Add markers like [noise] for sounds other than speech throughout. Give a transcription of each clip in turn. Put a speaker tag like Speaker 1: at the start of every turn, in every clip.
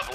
Speaker 1: of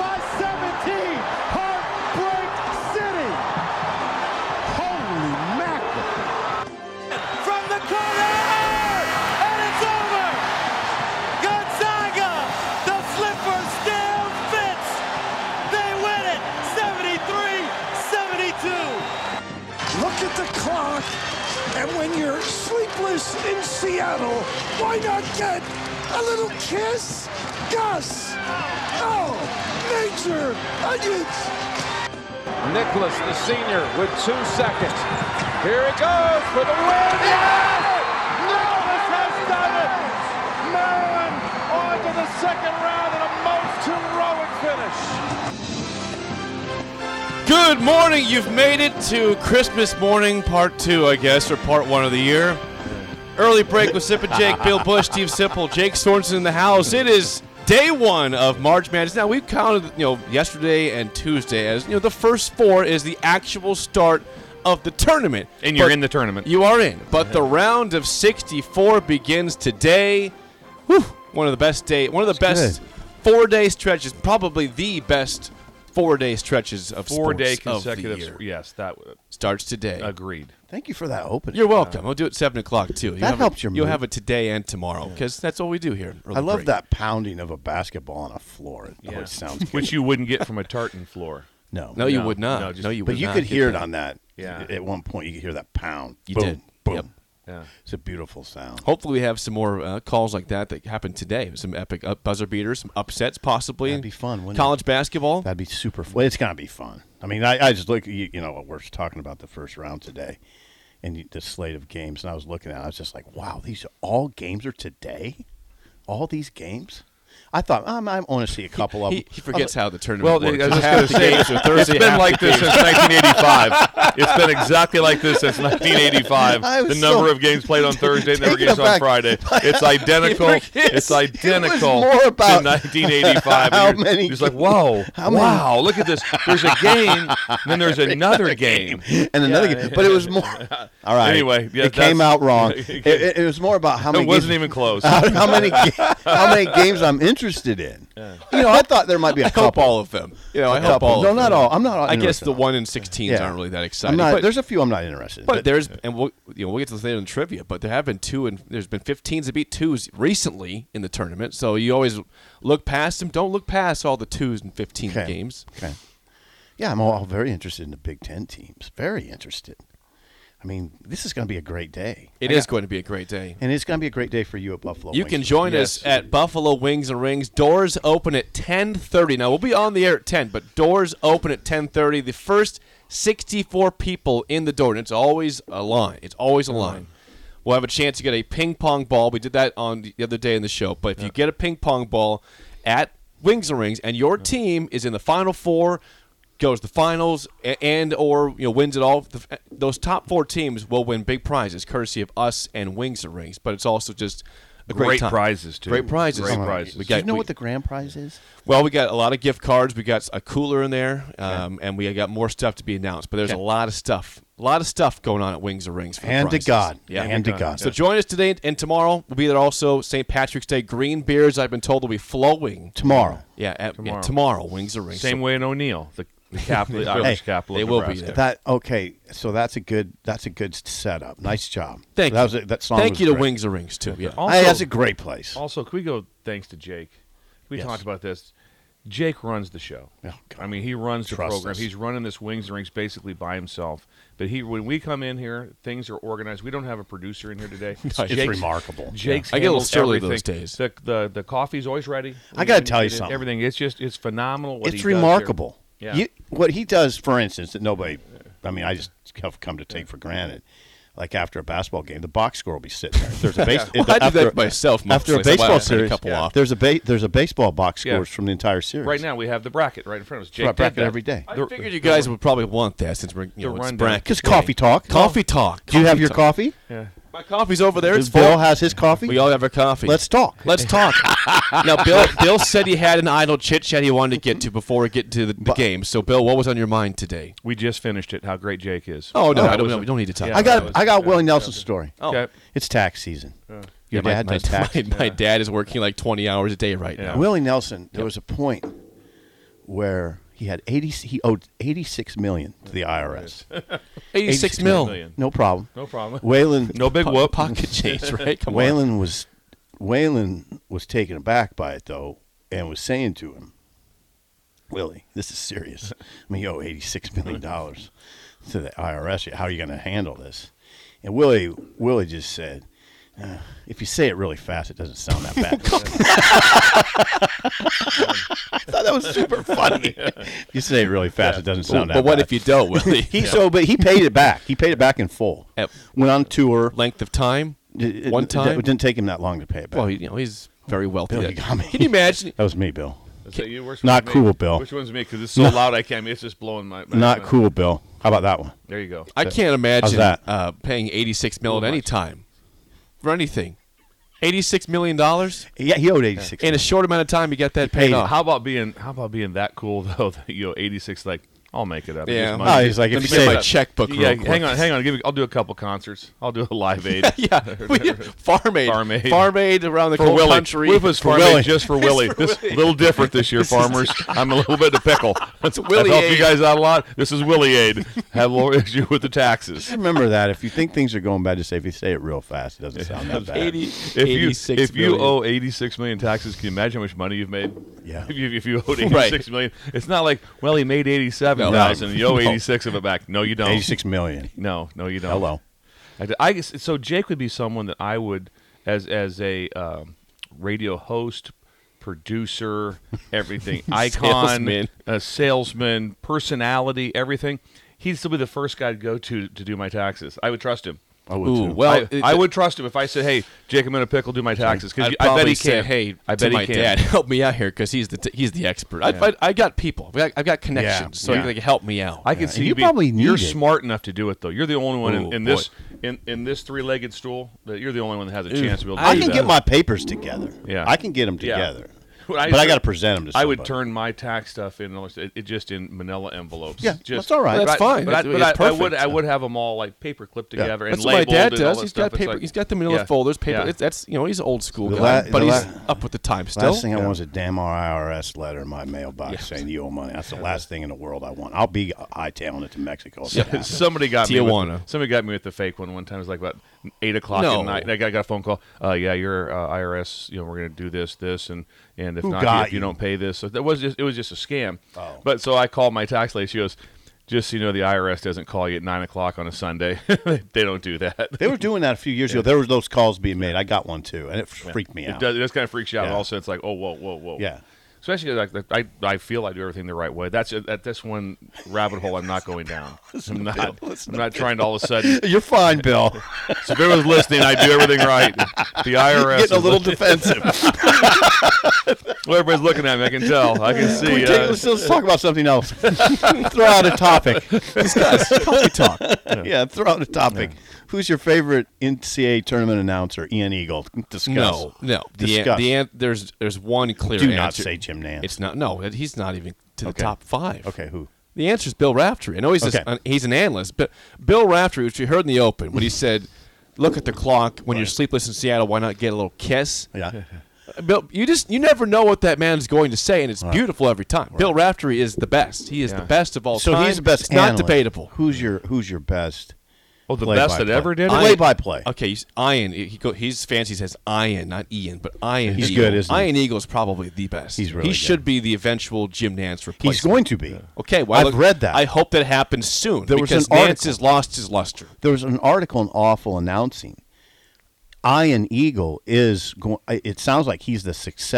Speaker 2: by 17, Heartbreak City. Holy mackerel. From the corner, and it's over. Gonzaga, the slipper still fits. They win it, 73-72.
Speaker 3: Look at the clock, and when you're sleepless in Seattle, why not get a little kiss? Gus! Oh, Major Onions!
Speaker 2: Nicholas, the senior, with two seconds. Here he goes for the win. Yes! Nicholas has done it. Maryland on to the second round in a most heroic finish.
Speaker 4: Good morning. You've made it to Christmas morning, part two, I guess, or part one of the year. Early break with Sip and Jake, Bill Bush, Steve Sipple, Jake Sorensen in the house. It is day one of March Madness. Now we've counted, you know, yesterday and Tuesday as you know the first four is the actual start of the tournament.
Speaker 5: And you're
Speaker 4: But
Speaker 5: in the tournament.
Speaker 4: You are in. But the round of 64 begins today. Whew, one of the best day, one of the best four-day stretches, probably the best four-day stretches of
Speaker 5: Four
Speaker 4: sports
Speaker 5: day
Speaker 4: of the
Speaker 5: consecutive.
Speaker 4: year.
Speaker 5: Yes, that w-
Speaker 4: starts today.
Speaker 5: agreed.
Speaker 6: Thank you for that opening.
Speaker 4: You're welcome. I'll do it seven o'clock too. You'll
Speaker 6: That
Speaker 4: have
Speaker 6: helps
Speaker 4: it,
Speaker 6: your
Speaker 4: You'll
Speaker 6: mood.
Speaker 4: have it today and tomorrow because that's what we do here.
Speaker 6: I love that pounding of a basketball on a floor. It always sounds good.
Speaker 5: Which you wouldn't get from a
Speaker 4: [laughs]
Speaker 5: tartan floor.
Speaker 6: no.
Speaker 4: No, you
Speaker 5: No,
Speaker 4: would not. No,
Speaker 5: no, just-
Speaker 4: you would
Speaker 6: but you
Speaker 4: not
Speaker 6: could
Speaker 4: get
Speaker 6: hear it
Speaker 4: that.
Speaker 6: on that.
Speaker 5: Yeah.
Speaker 6: At one point, you could hear that pound.
Speaker 4: You
Speaker 6: boom,
Speaker 4: did.
Speaker 6: Boom.
Speaker 4: Yep.
Speaker 5: Yeah.
Speaker 6: It's a beautiful sound.
Speaker 4: Hopefully, we have some more uh, calls like that that happened today. Some epic up buzzer beaters, some upsets possibly.
Speaker 6: That'd be fun, wouldn't
Speaker 4: College
Speaker 6: it?
Speaker 4: basketball.
Speaker 6: That'd be super fun. It's gonna be fun. I mean, I, I just look. You, you know, we're just talking about the first round today, and you- the slate of games. And I was looking at. it, I was just like, wow, these all games are today. All these games. I thought I'm, I'm going to see a couple of
Speaker 4: he,
Speaker 6: them.
Speaker 4: he forgets how the tournament
Speaker 5: Well, I was
Speaker 4: works.
Speaker 5: just
Speaker 4: half
Speaker 5: going to
Speaker 4: the
Speaker 5: say,
Speaker 4: games are Thursday.
Speaker 5: it's been
Speaker 4: half
Speaker 5: like
Speaker 4: the
Speaker 5: this
Speaker 4: games-
Speaker 5: since
Speaker 6: [laughs]
Speaker 5: 1985. it's been exactly like this since 1985.
Speaker 6: I
Speaker 5: The
Speaker 6: was
Speaker 5: number
Speaker 6: so
Speaker 5: of games played on Thursday, and the number of
Speaker 6: taken
Speaker 5: games on
Speaker 6: aback [laughs]
Speaker 5: Friday. It's identical. it's identical
Speaker 6: more about
Speaker 5: to 1985.
Speaker 6: how
Speaker 5: And you're
Speaker 6: many
Speaker 5: just like, whoa,
Speaker 6: [laughs] how many-
Speaker 5: wow, look at this. There's a game, and then there's another game.
Speaker 6: [laughs] and another game. But it was more. All right.
Speaker 5: Anyway, yeah,
Speaker 6: it came
Speaker 5: that's-
Speaker 6: out
Speaker 5: [laughs]
Speaker 6: wrong. it, it, it was more about how many.
Speaker 5: It wasn't
Speaker 6: games,
Speaker 5: even close.
Speaker 6: [laughs] How, how many? ga- How many games I'm interested in? You know, I thought there might be a
Speaker 4: I hope
Speaker 6: [laughs] couple.
Speaker 4: all of them. You know, I
Speaker 6: A
Speaker 4: hope
Speaker 6: couple.
Speaker 4: all.
Speaker 6: No,
Speaker 4: of
Speaker 6: not
Speaker 4: them.
Speaker 6: all. I'm not all
Speaker 4: I guess
Speaker 6: interested
Speaker 4: the
Speaker 6: in
Speaker 4: one in sixteens
Speaker 6: Yeah.
Speaker 4: aren't really that exciting.
Speaker 6: I'm not,
Speaker 4: but-
Speaker 6: there's a few I'm not interested in.
Speaker 4: But there's and we'll you know we'll get to this later in the trivia. But there have been two and there's been 15s that beat twos recently in the tournament. So you always look past them. Don't look past all the twos and 15
Speaker 6: Okay.
Speaker 4: games.
Speaker 6: Okay. Yeah, I'm all very interested in the Big Ten teams. Very interested. I mean, this is going to be a great day.
Speaker 4: It is going to be a great day.
Speaker 6: And it's going to be a great day for you at Buffalo.
Speaker 4: You
Speaker 6: Wings.
Speaker 4: can join
Speaker 5: Yes.
Speaker 4: us at Buffalo Wings and Rings. Doors open at 10:30. Now we'll be on the air at 10, but doors open at 10:30. The first 64 people in the door, and it's always a line. It's always a
Speaker 5: Uh-huh.
Speaker 4: line. We'll have a chance to get a ping pong ball. We did that on the other day in the show. But if you get a ping pong ball at Wings and Rings, and your team is in the final four, goes to the finals, a- and or you know wins it all, the, those top four teams will win big prizes, courtesy of us and Wings and Rings. But it's also just a great,
Speaker 5: Great
Speaker 4: time.
Speaker 5: prizes, too.
Speaker 4: Great prizes.
Speaker 5: Great Oh, prizes.
Speaker 4: We
Speaker 6: Do
Speaker 4: got,
Speaker 6: you know
Speaker 4: we-
Speaker 6: what the grand prize is?
Speaker 4: well, we got a lot of gift cards. We got a cooler in there, um, and we got more stuff to be announced. But there's a lot of stuff, a lot of stuff going on at Wings and Rings. For the
Speaker 6: Hand to
Speaker 4: prizes.
Speaker 6: God.
Speaker 4: yeah.
Speaker 6: Hand to God.
Speaker 4: So join us today and tomorrow. We'll be there also. St. Patrick's Day. Green beers, I've been told, will be flowing.
Speaker 6: tomorrow.
Speaker 4: Yeah, at, tomorrow.
Speaker 5: Tomorrow.
Speaker 4: tomorrow. Wings and Rings.
Speaker 5: Same way in O'Neill,
Speaker 6: [laughs]
Speaker 5: the, the capital, the Irish capital.
Speaker 4: they
Speaker 5: of
Speaker 4: will be
Speaker 5: Nebraska.
Speaker 4: there.
Speaker 6: That okay? So that's a good. That's a good setup. Nice job.
Speaker 4: Thank
Speaker 6: So that
Speaker 4: you.
Speaker 6: was a, that song.
Speaker 4: Thank
Speaker 6: was
Speaker 4: you to
Speaker 6: great.
Speaker 4: Wings and Rings too. Yeah.
Speaker 5: Also,
Speaker 6: Hey, that's a great place.
Speaker 5: Also, can we go thanks to Jake? We
Speaker 6: Yes.
Speaker 5: talked about this. Jake runs the show.
Speaker 6: Yeah, God.
Speaker 5: I mean, he runs the
Speaker 6: Trust
Speaker 5: program.
Speaker 6: us.
Speaker 5: He's running this Wings and Rings basically by himself. But he, when we come in here, things are organized. We don't have a producer in here
Speaker 6: [laughs]
Speaker 5: today.
Speaker 4: it's
Speaker 6: remarkable.
Speaker 5: Jake's
Speaker 4: I get a little
Speaker 5: handled
Speaker 4: surly
Speaker 5: everything.
Speaker 4: those days.
Speaker 5: The, the the coffee's always ready.
Speaker 6: I gotta tell you
Speaker 5: It- it-
Speaker 6: something.
Speaker 5: Everything. It's just it's phenomenal. What he
Speaker 6: it's
Speaker 5: does here.
Speaker 6: remarkable.
Speaker 5: Yeah.
Speaker 6: You, what he does, for instance, that nobody. I mean, I just have come to take for granted. like after a basketball game, the box score will be sitting there. If
Speaker 4: [laughs]
Speaker 6: There's a base-
Speaker 4: Well,
Speaker 6: if-
Speaker 4: I do
Speaker 6: after-
Speaker 4: that myself mostly,
Speaker 6: After a
Speaker 4: so I
Speaker 6: baseball
Speaker 4: had a
Speaker 6: series,
Speaker 4: couple off.
Speaker 6: there's a ba- there's a baseball box
Speaker 5: Yeah.
Speaker 6: scores from the entire series.
Speaker 5: Right now, we have the bracket right in front of us. Jake
Speaker 6: Right,
Speaker 5: did
Speaker 6: bracket
Speaker 5: that.
Speaker 6: every day.
Speaker 4: I
Speaker 5: The-
Speaker 4: figured you guys would probably want that since we're you know
Speaker 5: The
Speaker 4: it's
Speaker 5: rundown.
Speaker 4: bracket.
Speaker 6: Because coffee talk.
Speaker 4: Coffee talk.
Speaker 6: Do you have your
Speaker 4: talk.
Speaker 6: coffee?
Speaker 4: My coffee's over there. It's
Speaker 6: Bill
Speaker 4: full.
Speaker 6: has his coffee.
Speaker 4: We all have our coffee.
Speaker 6: Let's talk.
Speaker 4: Let's
Speaker 5: [laughs]
Speaker 4: talk. now, Bill. Bill said he had an idle chit chat he wanted to get to before we get to the, the game. So, Bill, what was on your mind today?
Speaker 5: we just finished it. How great Jake is.
Speaker 4: Oh no,
Speaker 5: That
Speaker 4: I don't
Speaker 5: was
Speaker 4: know.
Speaker 5: a-
Speaker 4: We don't need to talk.
Speaker 5: Yeah.
Speaker 6: I got
Speaker 5: that was-
Speaker 6: I got oh.
Speaker 5: yeah,
Speaker 6: Willie Nelson's story.
Speaker 5: Okay.
Speaker 6: It's tax season. Your
Speaker 4: My,
Speaker 6: dad
Speaker 4: my,
Speaker 6: does tax.
Speaker 4: my, my dad is working like 20 hours a day right now.
Speaker 6: Willie Nelson. There was a point where he had eighty. He owed eighty six million to the IRS.
Speaker 4: 86
Speaker 6: 86
Speaker 4: mil.
Speaker 5: million.
Speaker 6: No problem.
Speaker 5: No problem. [laughs]
Speaker 6: Waylon.
Speaker 5: No big
Speaker 4: Po-
Speaker 5: whoop.
Speaker 4: Pocket
Speaker 6: [laughs]
Speaker 4: change, right? Come on.
Speaker 6: Waylon was Waylon was taken aback by it though, and was saying to him, "Willie, this is [laughs] serious. I mean, you owe eighty six million dollars to the IRS. How are you going to handle this?" And Willie Willie just said, "Uh, "If you say it really fast, it doesn't sound that [laughs] bad." I thought that was super funny. If [laughs] you say it really fast, it doesn't sound
Speaker 4: But,
Speaker 6: that.
Speaker 4: what
Speaker 6: bad.
Speaker 4: if you don't,
Speaker 6: [laughs]
Speaker 4: Willie? [laughs]
Speaker 6: He so, but he paid it back. He paid it back in full.
Speaker 4: Yep.
Speaker 6: Went on tour.
Speaker 4: Length of time?
Speaker 6: It- it-
Speaker 4: One
Speaker 6: it-
Speaker 4: time?
Speaker 6: It didn't take him that long to pay it back.
Speaker 4: Well, you know, he's very wealthy.
Speaker 6: Bill, you got me.
Speaker 4: Can you imagine?
Speaker 6: that was me, Bill.
Speaker 5: Is that you? Which
Speaker 6: Not
Speaker 5: one's me?
Speaker 6: cool, Bill.
Speaker 5: Which one's me? Because it's so loud, I can't. It's just blowing my. my
Speaker 6: Not
Speaker 5: my-
Speaker 6: cool, Bill. How about that one?
Speaker 5: There you go.
Speaker 4: I can't imagine
Speaker 6: that?
Speaker 4: Uh, paying 86 mil at
Speaker 5: Too
Speaker 4: any
Speaker 5: much.
Speaker 4: time for anything. 86 million dollars
Speaker 6: Yeah, he owed eighty six.
Speaker 4: in a short amount of time. You got that paid
Speaker 6: paid
Speaker 4: off.
Speaker 5: How about being? How about being that cool [laughs] though? That you know, eighty six. Like I'll make it up.
Speaker 4: Yeah.
Speaker 5: Just
Speaker 4: Oh,
Speaker 5: money.
Speaker 6: Ah, he's like,
Speaker 4: Let me
Speaker 6: if you
Speaker 4: get
Speaker 6: say
Speaker 4: my
Speaker 6: it-
Speaker 4: checkbook. real
Speaker 5: yeah.
Speaker 4: quick.
Speaker 5: Hang on, hang on. Give me. I'll do a couple concerts. I'll do a live aid.
Speaker 4: [laughs] Yeah,
Speaker 5: [laughs]
Speaker 4: we- Farm Aid.
Speaker 5: Farm Aid.
Speaker 4: Farm Aid around the
Speaker 5: For
Speaker 4: whole
Speaker 5: Willie.
Speaker 4: country.
Speaker 5: Whip is farm
Speaker 6: Willie.
Speaker 5: aid just for Willie. This a little different this year, farmers. I'm a little bit of pickle. That's
Speaker 4: Willie
Speaker 5: I help you
Speaker 4: aid.
Speaker 5: guys out a lot. This is Willie aid. Have a [laughs] little issue with the taxes.
Speaker 6: Remember that. If you think things are going bad, just say if you say it real fast, it doesn't sound that bad.
Speaker 4: 80,
Speaker 5: If you
Speaker 4: 86
Speaker 5: if you
Speaker 4: million.
Speaker 5: owe eighty six million taxes, can you imagine how much money you've made?
Speaker 6: Yeah.
Speaker 5: [laughs] If you, if you owed
Speaker 4: Right.
Speaker 5: eighty six million, it's not like well he made eighty seven thousand and you owe
Speaker 6: No.
Speaker 5: eighty six of it back. No, you don't.
Speaker 6: Eighty six million.
Speaker 5: No, no, you don't.
Speaker 6: Hello.
Speaker 5: I, d- I guess so. Jake would be someone that I would, as as a um, radio host,
Speaker 6: [laughs]
Speaker 5: producer, everything, icon,
Speaker 4: Salesman.
Speaker 5: a salesman, personality, everything. He'd still be the first guy to go to to do my taxes. I would trust him.
Speaker 6: I would
Speaker 4: Ooh,
Speaker 6: too.
Speaker 4: well,
Speaker 5: I,
Speaker 4: it-
Speaker 5: I would trust him if I said, "Hey, Jake, I'm in a pickle. Do my taxes." Because
Speaker 4: I'd
Speaker 5: I bet
Speaker 4: probably
Speaker 5: he
Speaker 4: say,
Speaker 5: can.
Speaker 4: "Hey,
Speaker 5: I
Speaker 4: to
Speaker 5: bet he
Speaker 4: my
Speaker 5: can.
Speaker 4: dad, [laughs] help me out here because he's the t- he's the expert. I, I, I got people. I've got, I've got connections, so
Speaker 6: yeah.
Speaker 4: you can help me out.
Speaker 5: I can
Speaker 6: and
Speaker 5: see
Speaker 6: you
Speaker 5: you being-
Speaker 6: probably
Speaker 5: You're
Speaker 6: need it.
Speaker 5: smart enough to do it, though. You're the only one
Speaker 4: Ooh,
Speaker 5: in, in
Speaker 4: boy.
Speaker 5: this in, in this three-legged stool that you're the only one that has a chance to be able to
Speaker 6: I
Speaker 5: do
Speaker 6: can
Speaker 5: that.
Speaker 6: get my papers together.
Speaker 5: Yeah.
Speaker 6: I
Speaker 5: [laughs]
Speaker 6: can get them
Speaker 5: Yeah.
Speaker 6: together.
Speaker 5: Well,
Speaker 6: but I
Speaker 5: tur-
Speaker 6: got to present them to.
Speaker 5: I would
Speaker 6: somebody.
Speaker 5: turn my tax stuff in, it, it just in Manila envelopes.
Speaker 6: Yeah,
Speaker 5: just,
Speaker 6: that's all right.
Speaker 5: but
Speaker 4: That's
Speaker 5: I-
Speaker 4: fine.
Speaker 5: But, I,
Speaker 4: That's-
Speaker 5: but
Speaker 4: it's
Speaker 5: I- I, would,
Speaker 4: perfect.
Speaker 5: I would have them all like paper clipped together and
Speaker 4: That's what my
Speaker 5: labeled.
Speaker 4: dad
Speaker 5: and all
Speaker 4: does.
Speaker 5: that
Speaker 4: He's
Speaker 5: stuff.
Speaker 4: got
Speaker 5: It's
Speaker 4: paper.
Speaker 5: like-
Speaker 4: he's got the Manila
Speaker 5: yeah.
Speaker 4: folders. Paper.
Speaker 5: Yeah.
Speaker 4: It's, that's you know he's old school,
Speaker 6: The
Speaker 4: guy,
Speaker 6: la-
Speaker 4: but
Speaker 6: the
Speaker 4: he's
Speaker 6: la-
Speaker 4: up with the time still.
Speaker 6: Last thing I want is a damn IRS letter in my mailbox saying you owe money. That's the last thing in the world I want. I'll be hightailing it to Mexico. if it happens.
Speaker 5: Somebody got me.
Speaker 4: Tijuana.
Speaker 5: With, somebody got me with the fake one one time. It was like about eight o'clock
Speaker 4: No.
Speaker 5: at night. And I got, I got a phone call. Uh, yeah, your uh, IRS. You know, we're gonna do this, this, and and if
Speaker 6: Who
Speaker 5: not,
Speaker 6: got
Speaker 5: if you
Speaker 6: you?
Speaker 5: don't pay this, so that was just it was just a scam.
Speaker 6: Oh.
Speaker 5: But so I called my tax lady. She goes, just so you know, the IRS doesn't call you at nine o'clock on a Sunday. [laughs] they don't do that.
Speaker 6: They were doing that a few years ago. There were those calls being made. I got one too, and it freaked
Speaker 5: [laughs]
Speaker 6: me
Speaker 5: It
Speaker 6: out.
Speaker 5: does. It just kind of freaks you out.
Speaker 6: Yeah.
Speaker 5: but Also, it's like, oh, whoa, whoa, whoa.
Speaker 6: Yeah.
Speaker 5: Especially like the- I, I feel I do everything the right way. That's at this one rabbit hole. I'm not going
Speaker 6: [laughs]
Speaker 5: down. I'm not. I'm not trying to all of a sudden.
Speaker 6: You're fine, Bill.
Speaker 5: So if everyone's listening, I do everything right.
Speaker 6: [laughs]
Speaker 5: The IRS.
Speaker 6: Getting a
Speaker 5: is
Speaker 6: little
Speaker 5: listening.
Speaker 6: defensive.
Speaker 5: Well, everybody's looking at me. I can tell. I can
Speaker 6: Can we
Speaker 5: see.
Speaker 6: take-
Speaker 5: uh,
Speaker 6: let's, let's talk about something else. [laughs] throw out a topic. Discuss coffee talk. Yeah. throw out a topic. Who's your favorite NCAA tournament announcer? Ian Eagle. Discuss.
Speaker 4: no, no. The an,
Speaker 6: Discuss.
Speaker 4: the an, there's there's one clear.
Speaker 6: Do not
Speaker 4: answer.
Speaker 6: say Jim Nance.
Speaker 4: It's not. No, that- he's not even to the
Speaker 6: Okay.
Speaker 4: top five.
Speaker 6: okay, who?
Speaker 4: The answer is Bill Raftery. I know he's just-
Speaker 6: Okay.
Speaker 4: uh, he's an analyst, but Bill Raftery, which we heard in the open,
Speaker 6: [laughs]
Speaker 4: when he said, "Look at the clock. When you're sleepless in Seattle, why not get a little kiss?" Uh,
Speaker 6: Yeah.
Speaker 4: Bill, you just you never know what that man is going to say, and it's beautiful every time. Bill Raftery is the best. He is the best of [laughs] all
Speaker 6: So
Speaker 4: time.
Speaker 6: he's the best.
Speaker 4: It's
Speaker 6: analyst.
Speaker 4: not debatable.
Speaker 6: Who's your Who's your best?
Speaker 5: oh, the
Speaker 6: play
Speaker 5: best
Speaker 6: by
Speaker 5: that
Speaker 6: play?
Speaker 5: ever did. it?
Speaker 6: I-
Speaker 4: Ian-
Speaker 6: play-by-play.
Speaker 4: Okay, he's Ian. He go, he's fancy. Says Ian, not Ian, but Ian.
Speaker 6: He's
Speaker 4: Eagle.
Speaker 6: good, isn't he?
Speaker 4: Ian Eagle is probably the best.
Speaker 6: He's really
Speaker 4: He
Speaker 6: good.
Speaker 4: should be the eventual Jim Nance replacement.
Speaker 6: He's going to be.
Speaker 4: Okay, well,
Speaker 6: I've
Speaker 4: look,
Speaker 6: read that.
Speaker 4: I hope that happens soon
Speaker 6: There was
Speaker 4: because
Speaker 6: an
Speaker 4: Nance
Speaker 6: article.
Speaker 4: has lost his luster.
Speaker 6: there was an article in Awful announcing Ian Eagle is going. It sounds like he's the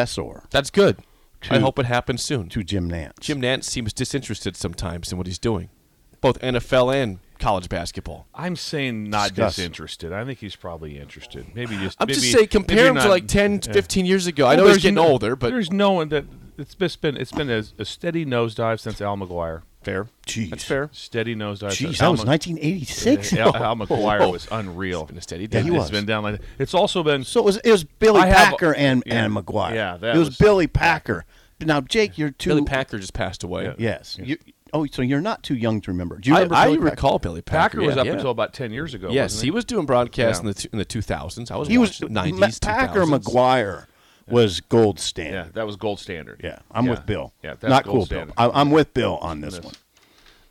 Speaker 6: successor
Speaker 4: That's good. I
Speaker 6: To-
Speaker 4: hope it happens soon.
Speaker 6: to Jim Nance.
Speaker 4: Jim Nance seems disinterested sometimes in what he's doing, both NFL and college basketball.
Speaker 5: I'm saying not
Speaker 6: Discuss.
Speaker 5: disinterested. I think he's probably interested. Maybe just.
Speaker 4: I'm
Speaker 5: maybe-
Speaker 4: just saying, compare
Speaker 5: maybe
Speaker 4: him to
Speaker 5: not-
Speaker 4: like 10,
Speaker 5: yeah.
Speaker 4: 15 years ago. I
Speaker 5: Well,
Speaker 4: know he's
Speaker 5: there's
Speaker 4: getting
Speaker 5: no-
Speaker 4: older, but
Speaker 5: there's no one that it's just been it's been a, a steady nosedive since Al McGuire.
Speaker 4: fair.
Speaker 6: Jeez.
Speaker 4: That's fair.
Speaker 5: Steady nosedive.
Speaker 6: Jeez,
Speaker 5: since
Speaker 6: that
Speaker 5: Al
Speaker 6: was
Speaker 5: Mc-
Speaker 6: 1986.
Speaker 5: Al, Al
Speaker 6: Oh,
Speaker 5: McGuire was unreal.
Speaker 4: Been a steady
Speaker 6: Yeah,
Speaker 4: down.
Speaker 6: he
Speaker 5: It's
Speaker 6: was.
Speaker 5: been down like that. It's also been
Speaker 6: So it was it was Billy
Speaker 5: I have-
Speaker 6: Packer and
Speaker 5: yeah.
Speaker 6: and McGuire.
Speaker 5: Yeah, that
Speaker 6: it was,
Speaker 5: was-
Speaker 6: Billy Packer. Now Jake, you're too
Speaker 4: Billy Packer just passed away.
Speaker 6: Yes. You, oh, so you're not too young to remember. Do you
Speaker 4: I,
Speaker 6: remember?
Speaker 4: I
Speaker 6: Billy Packer?
Speaker 4: recall Billy Packer.
Speaker 5: Packer was
Speaker 4: yeah,
Speaker 5: up
Speaker 4: yeah.
Speaker 5: until about ten years ago.
Speaker 4: Yes,
Speaker 5: wasn't
Speaker 4: he was doing broadcasts in
Speaker 5: Yeah.
Speaker 4: the two, in the 2000s. I was
Speaker 6: He was
Speaker 4: watching 90s,
Speaker 6: Packer
Speaker 4: 2000s.
Speaker 6: McGuire was gold
Speaker 5: Yeah,
Speaker 6: standard.
Speaker 5: that was gold standard.
Speaker 6: Yeah, I'm
Speaker 5: Yeah.
Speaker 6: with Bill.
Speaker 5: Yeah, that's
Speaker 6: not
Speaker 5: gold
Speaker 6: cool, Bill.
Speaker 5: standard.
Speaker 6: I, I'm with Bill on this
Speaker 5: Yes.
Speaker 6: one.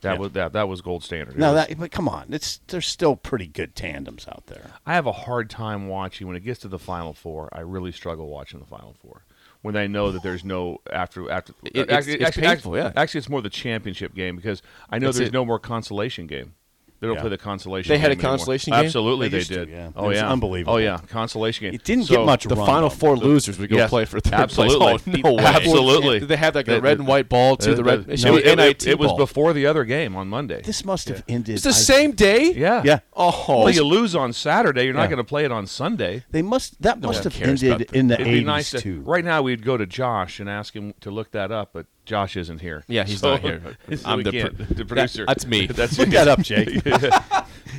Speaker 5: That
Speaker 6: Yeah.
Speaker 5: was that that was gold standard. It
Speaker 6: No,
Speaker 5: was-
Speaker 6: that but come on, it's there's still pretty good tandems out there.
Speaker 5: I have a hard time watching when it gets to the final four. I really struggle watching the final four when I know that there's no after after.
Speaker 4: It- it's-
Speaker 5: actually,
Speaker 4: it's
Speaker 5: actually,
Speaker 4: painful, yeah.
Speaker 5: actually, it's more the championship game because I know
Speaker 4: That's
Speaker 5: there's
Speaker 4: it.
Speaker 5: no more consolation game. They don't
Speaker 6: Yeah.
Speaker 5: play the consolation.
Speaker 4: They had
Speaker 5: game
Speaker 4: a
Speaker 5: anymore.
Speaker 4: consolation game?
Speaker 5: Absolutely,
Speaker 6: They
Speaker 5: they,
Speaker 6: used to,
Speaker 5: did.
Speaker 6: yeah. It
Speaker 5: Oh
Speaker 6: was
Speaker 5: yeah, Oh
Speaker 6: unbelievable.
Speaker 5: yeah, consolation game.
Speaker 6: It didn't
Speaker 5: So-
Speaker 6: get much.
Speaker 4: Oh, The
Speaker 6: run,
Speaker 4: final
Speaker 6: though.
Speaker 4: four losers would go
Speaker 5: Yes,
Speaker 4: play for third place.
Speaker 5: absolutely. [laughs]
Speaker 4: Oh, no way.
Speaker 5: Absolutely.
Speaker 4: They have like a
Speaker 5: That-
Speaker 4: red and white ball to
Speaker 5: Uh,
Speaker 4: the red.
Speaker 5: uh,
Speaker 4: It,
Speaker 5: no,
Speaker 4: should be
Speaker 5: it-
Speaker 4: NIT
Speaker 5: it- it was
Speaker 4: ball.
Speaker 5: before the other game on Monday.
Speaker 6: This must have ended.
Speaker 4: It's the
Speaker 6: I-
Speaker 4: same day.
Speaker 5: yeah,
Speaker 6: Yeah.
Speaker 4: Oh,
Speaker 5: Well, you lose on Saturday. You're
Speaker 6: Yeah.
Speaker 5: not going to play it on Sunday.
Speaker 6: They must. That must
Speaker 4: one
Speaker 6: have
Speaker 4: cares about
Speaker 6: ended
Speaker 4: the-
Speaker 6: in the
Speaker 5: It'd
Speaker 6: 80s
Speaker 5: be nice to,
Speaker 6: too.
Speaker 5: Right now, we'd go to Josh and ask him to look that up, but Josh isn't here.
Speaker 4: Yeah, he's
Speaker 5: So-
Speaker 4: not here.
Speaker 5: [laughs] so
Speaker 4: I'm
Speaker 5: we
Speaker 4: the
Speaker 5: can't.
Speaker 4: pro-
Speaker 5: the producer.
Speaker 4: that's me.
Speaker 5: [laughs] that's
Speaker 6: Look that
Speaker 5: [laughs]
Speaker 6: up, Jake.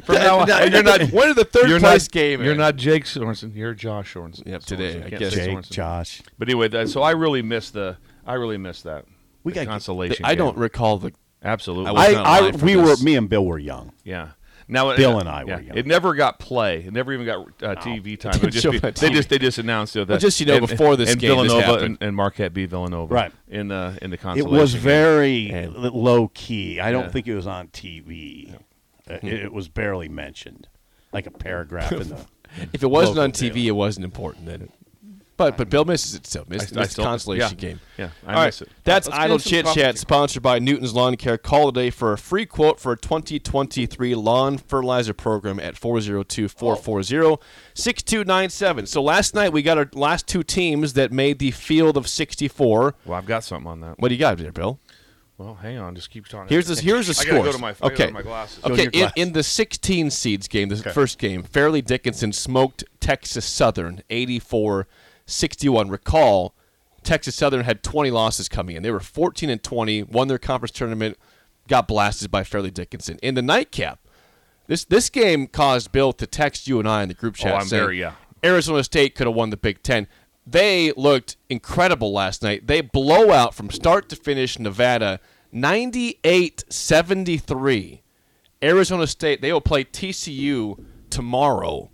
Speaker 5: From now [laughs] on, and you're
Speaker 6: [laughs]
Speaker 5: not.
Speaker 4: When are the 3rd
Speaker 5: you're
Speaker 4: place
Speaker 5: not,
Speaker 4: game?
Speaker 5: You're
Speaker 4: is?
Speaker 5: not Jake Sorensen. You're Josh Sorensen.
Speaker 4: Yep,
Speaker 5: Sorensen.
Speaker 4: today, I
Speaker 5: can't
Speaker 4: guess.
Speaker 5: say
Speaker 6: Jake,
Speaker 5: Sorensen.
Speaker 6: Josh.
Speaker 5: But anyway, that, so I really miss the. I really miss that.
Speaker 6: We
Speaker 5: the
Speaker 6: gotta get-
Speaker 5: consolation.
Speaker 4: I don't
Speaker 5: game.
Speaker 4: recall the.
Speaker 5: Absolutely.
Speaker 4: I was
Speaker 6: I,
Speaker 4: not
Speaker 6: I,
Speaker 4: alive for
Speaker 6: we
Speaker 4: this.
Speaker 6: were. Me and Bill were young.
Speaker 5: Yeah. Now it- uh,
Speaker 6: Bill and I were
Speaker 5: yeah,
Speaker 6: young.
Speaker 5: It never got play. It never even got uh,
Speaker 4: [laughs]
Speaker 5: TV time. It
Speaker 4: didn't
Speaker 5: would just
Speaker 4: show
Speaker 5: be-
Speaker 4: up on
Speaker 5: they
Speaker 4: TV.
Speaker 5: just they just announced it. That,
Speaker 4: Well, just, you know,
Speaker 5: and-
Speaker 4: before this
Speaker 5: and
Speaker 4: game, this
Speaker 5: Villanova
Speaker 4: happened.
Speaker 5: and, and Marquette beat Villanova
Speaker 6: Right.
Speaker 5: in the in the
Speaker 6: It
Speaker 5: consolation.
Speaker 6: was
Speaker 5: game.
Speaker 6: very
Speaker 4: And-
Speaker 6: l- low key. I don't
Speaker 5: Yeah.
Speaker 6: think it was on TV. Uh, It, it was barely mentioned, like a paragraph
Speaker 5: [laughs]
Speaker 6: in the.
Speaker 4: If it wasn't
Speaker 6: Local
Speaker 4: on TV, it wasn't important then. But but Bill misses it still. Missed,
Speaker 5: I
Speaker 4: missed the
Speaker 5: still-
Speaker 4: consolation
Speaker 5: yeah,
Speaker 4: game.
Speaker 5: yeah, I
Speaker 4: All right,
Speaker 5: miss it.
Speaker 4: That's
Speaker 5: Let's get
Speaker 4: Idle
Speaker 5: into
Speaker 4: Chit Chat,
Speaker 5: competition.
Speaker 4: sponsored by Newton's Lawn Care. Call today for a free quote for a 2023 lawn fertilizer program at 402 440 6297. So last night we got our last two teams that made the field of 64.
Speaker 5: Well, I've got something on that.
Speaker 4: What do you got there, Bill?
Speaker 5: Well, hang on, just keep talking.
Speaker 4: Here's
Speaker 5: [laughs]
Speaker 4: the here's the
Speaker 5: I
Speaker 4: score.
Speaker 5: gotta go to my- I gotta go to my glasses. Go
Speaker 4: Okay,
Speaker 6: to your
Speaker 4: in, in the 16 seeds game, the first game, Fairleigh Dickinson smoked Texas Southern 84-61. Recall, Texas Southern had 20 losses coming in. They were 14 and 20, won their conference tournament, got blasted by Fairleigh Dickinson. In the nightcap, this this game caused Bill to text you and I in the group chat
Speaker 5: Oh, I'm
Speaker 4: saying,
Speaker 5: very, yeah.
Speaker 4: Arizona State could have won the Big Ten. They looked incredible last night. They blow out from start to finish Nevada 98 73. Arizona State, they will play TCU tomorrow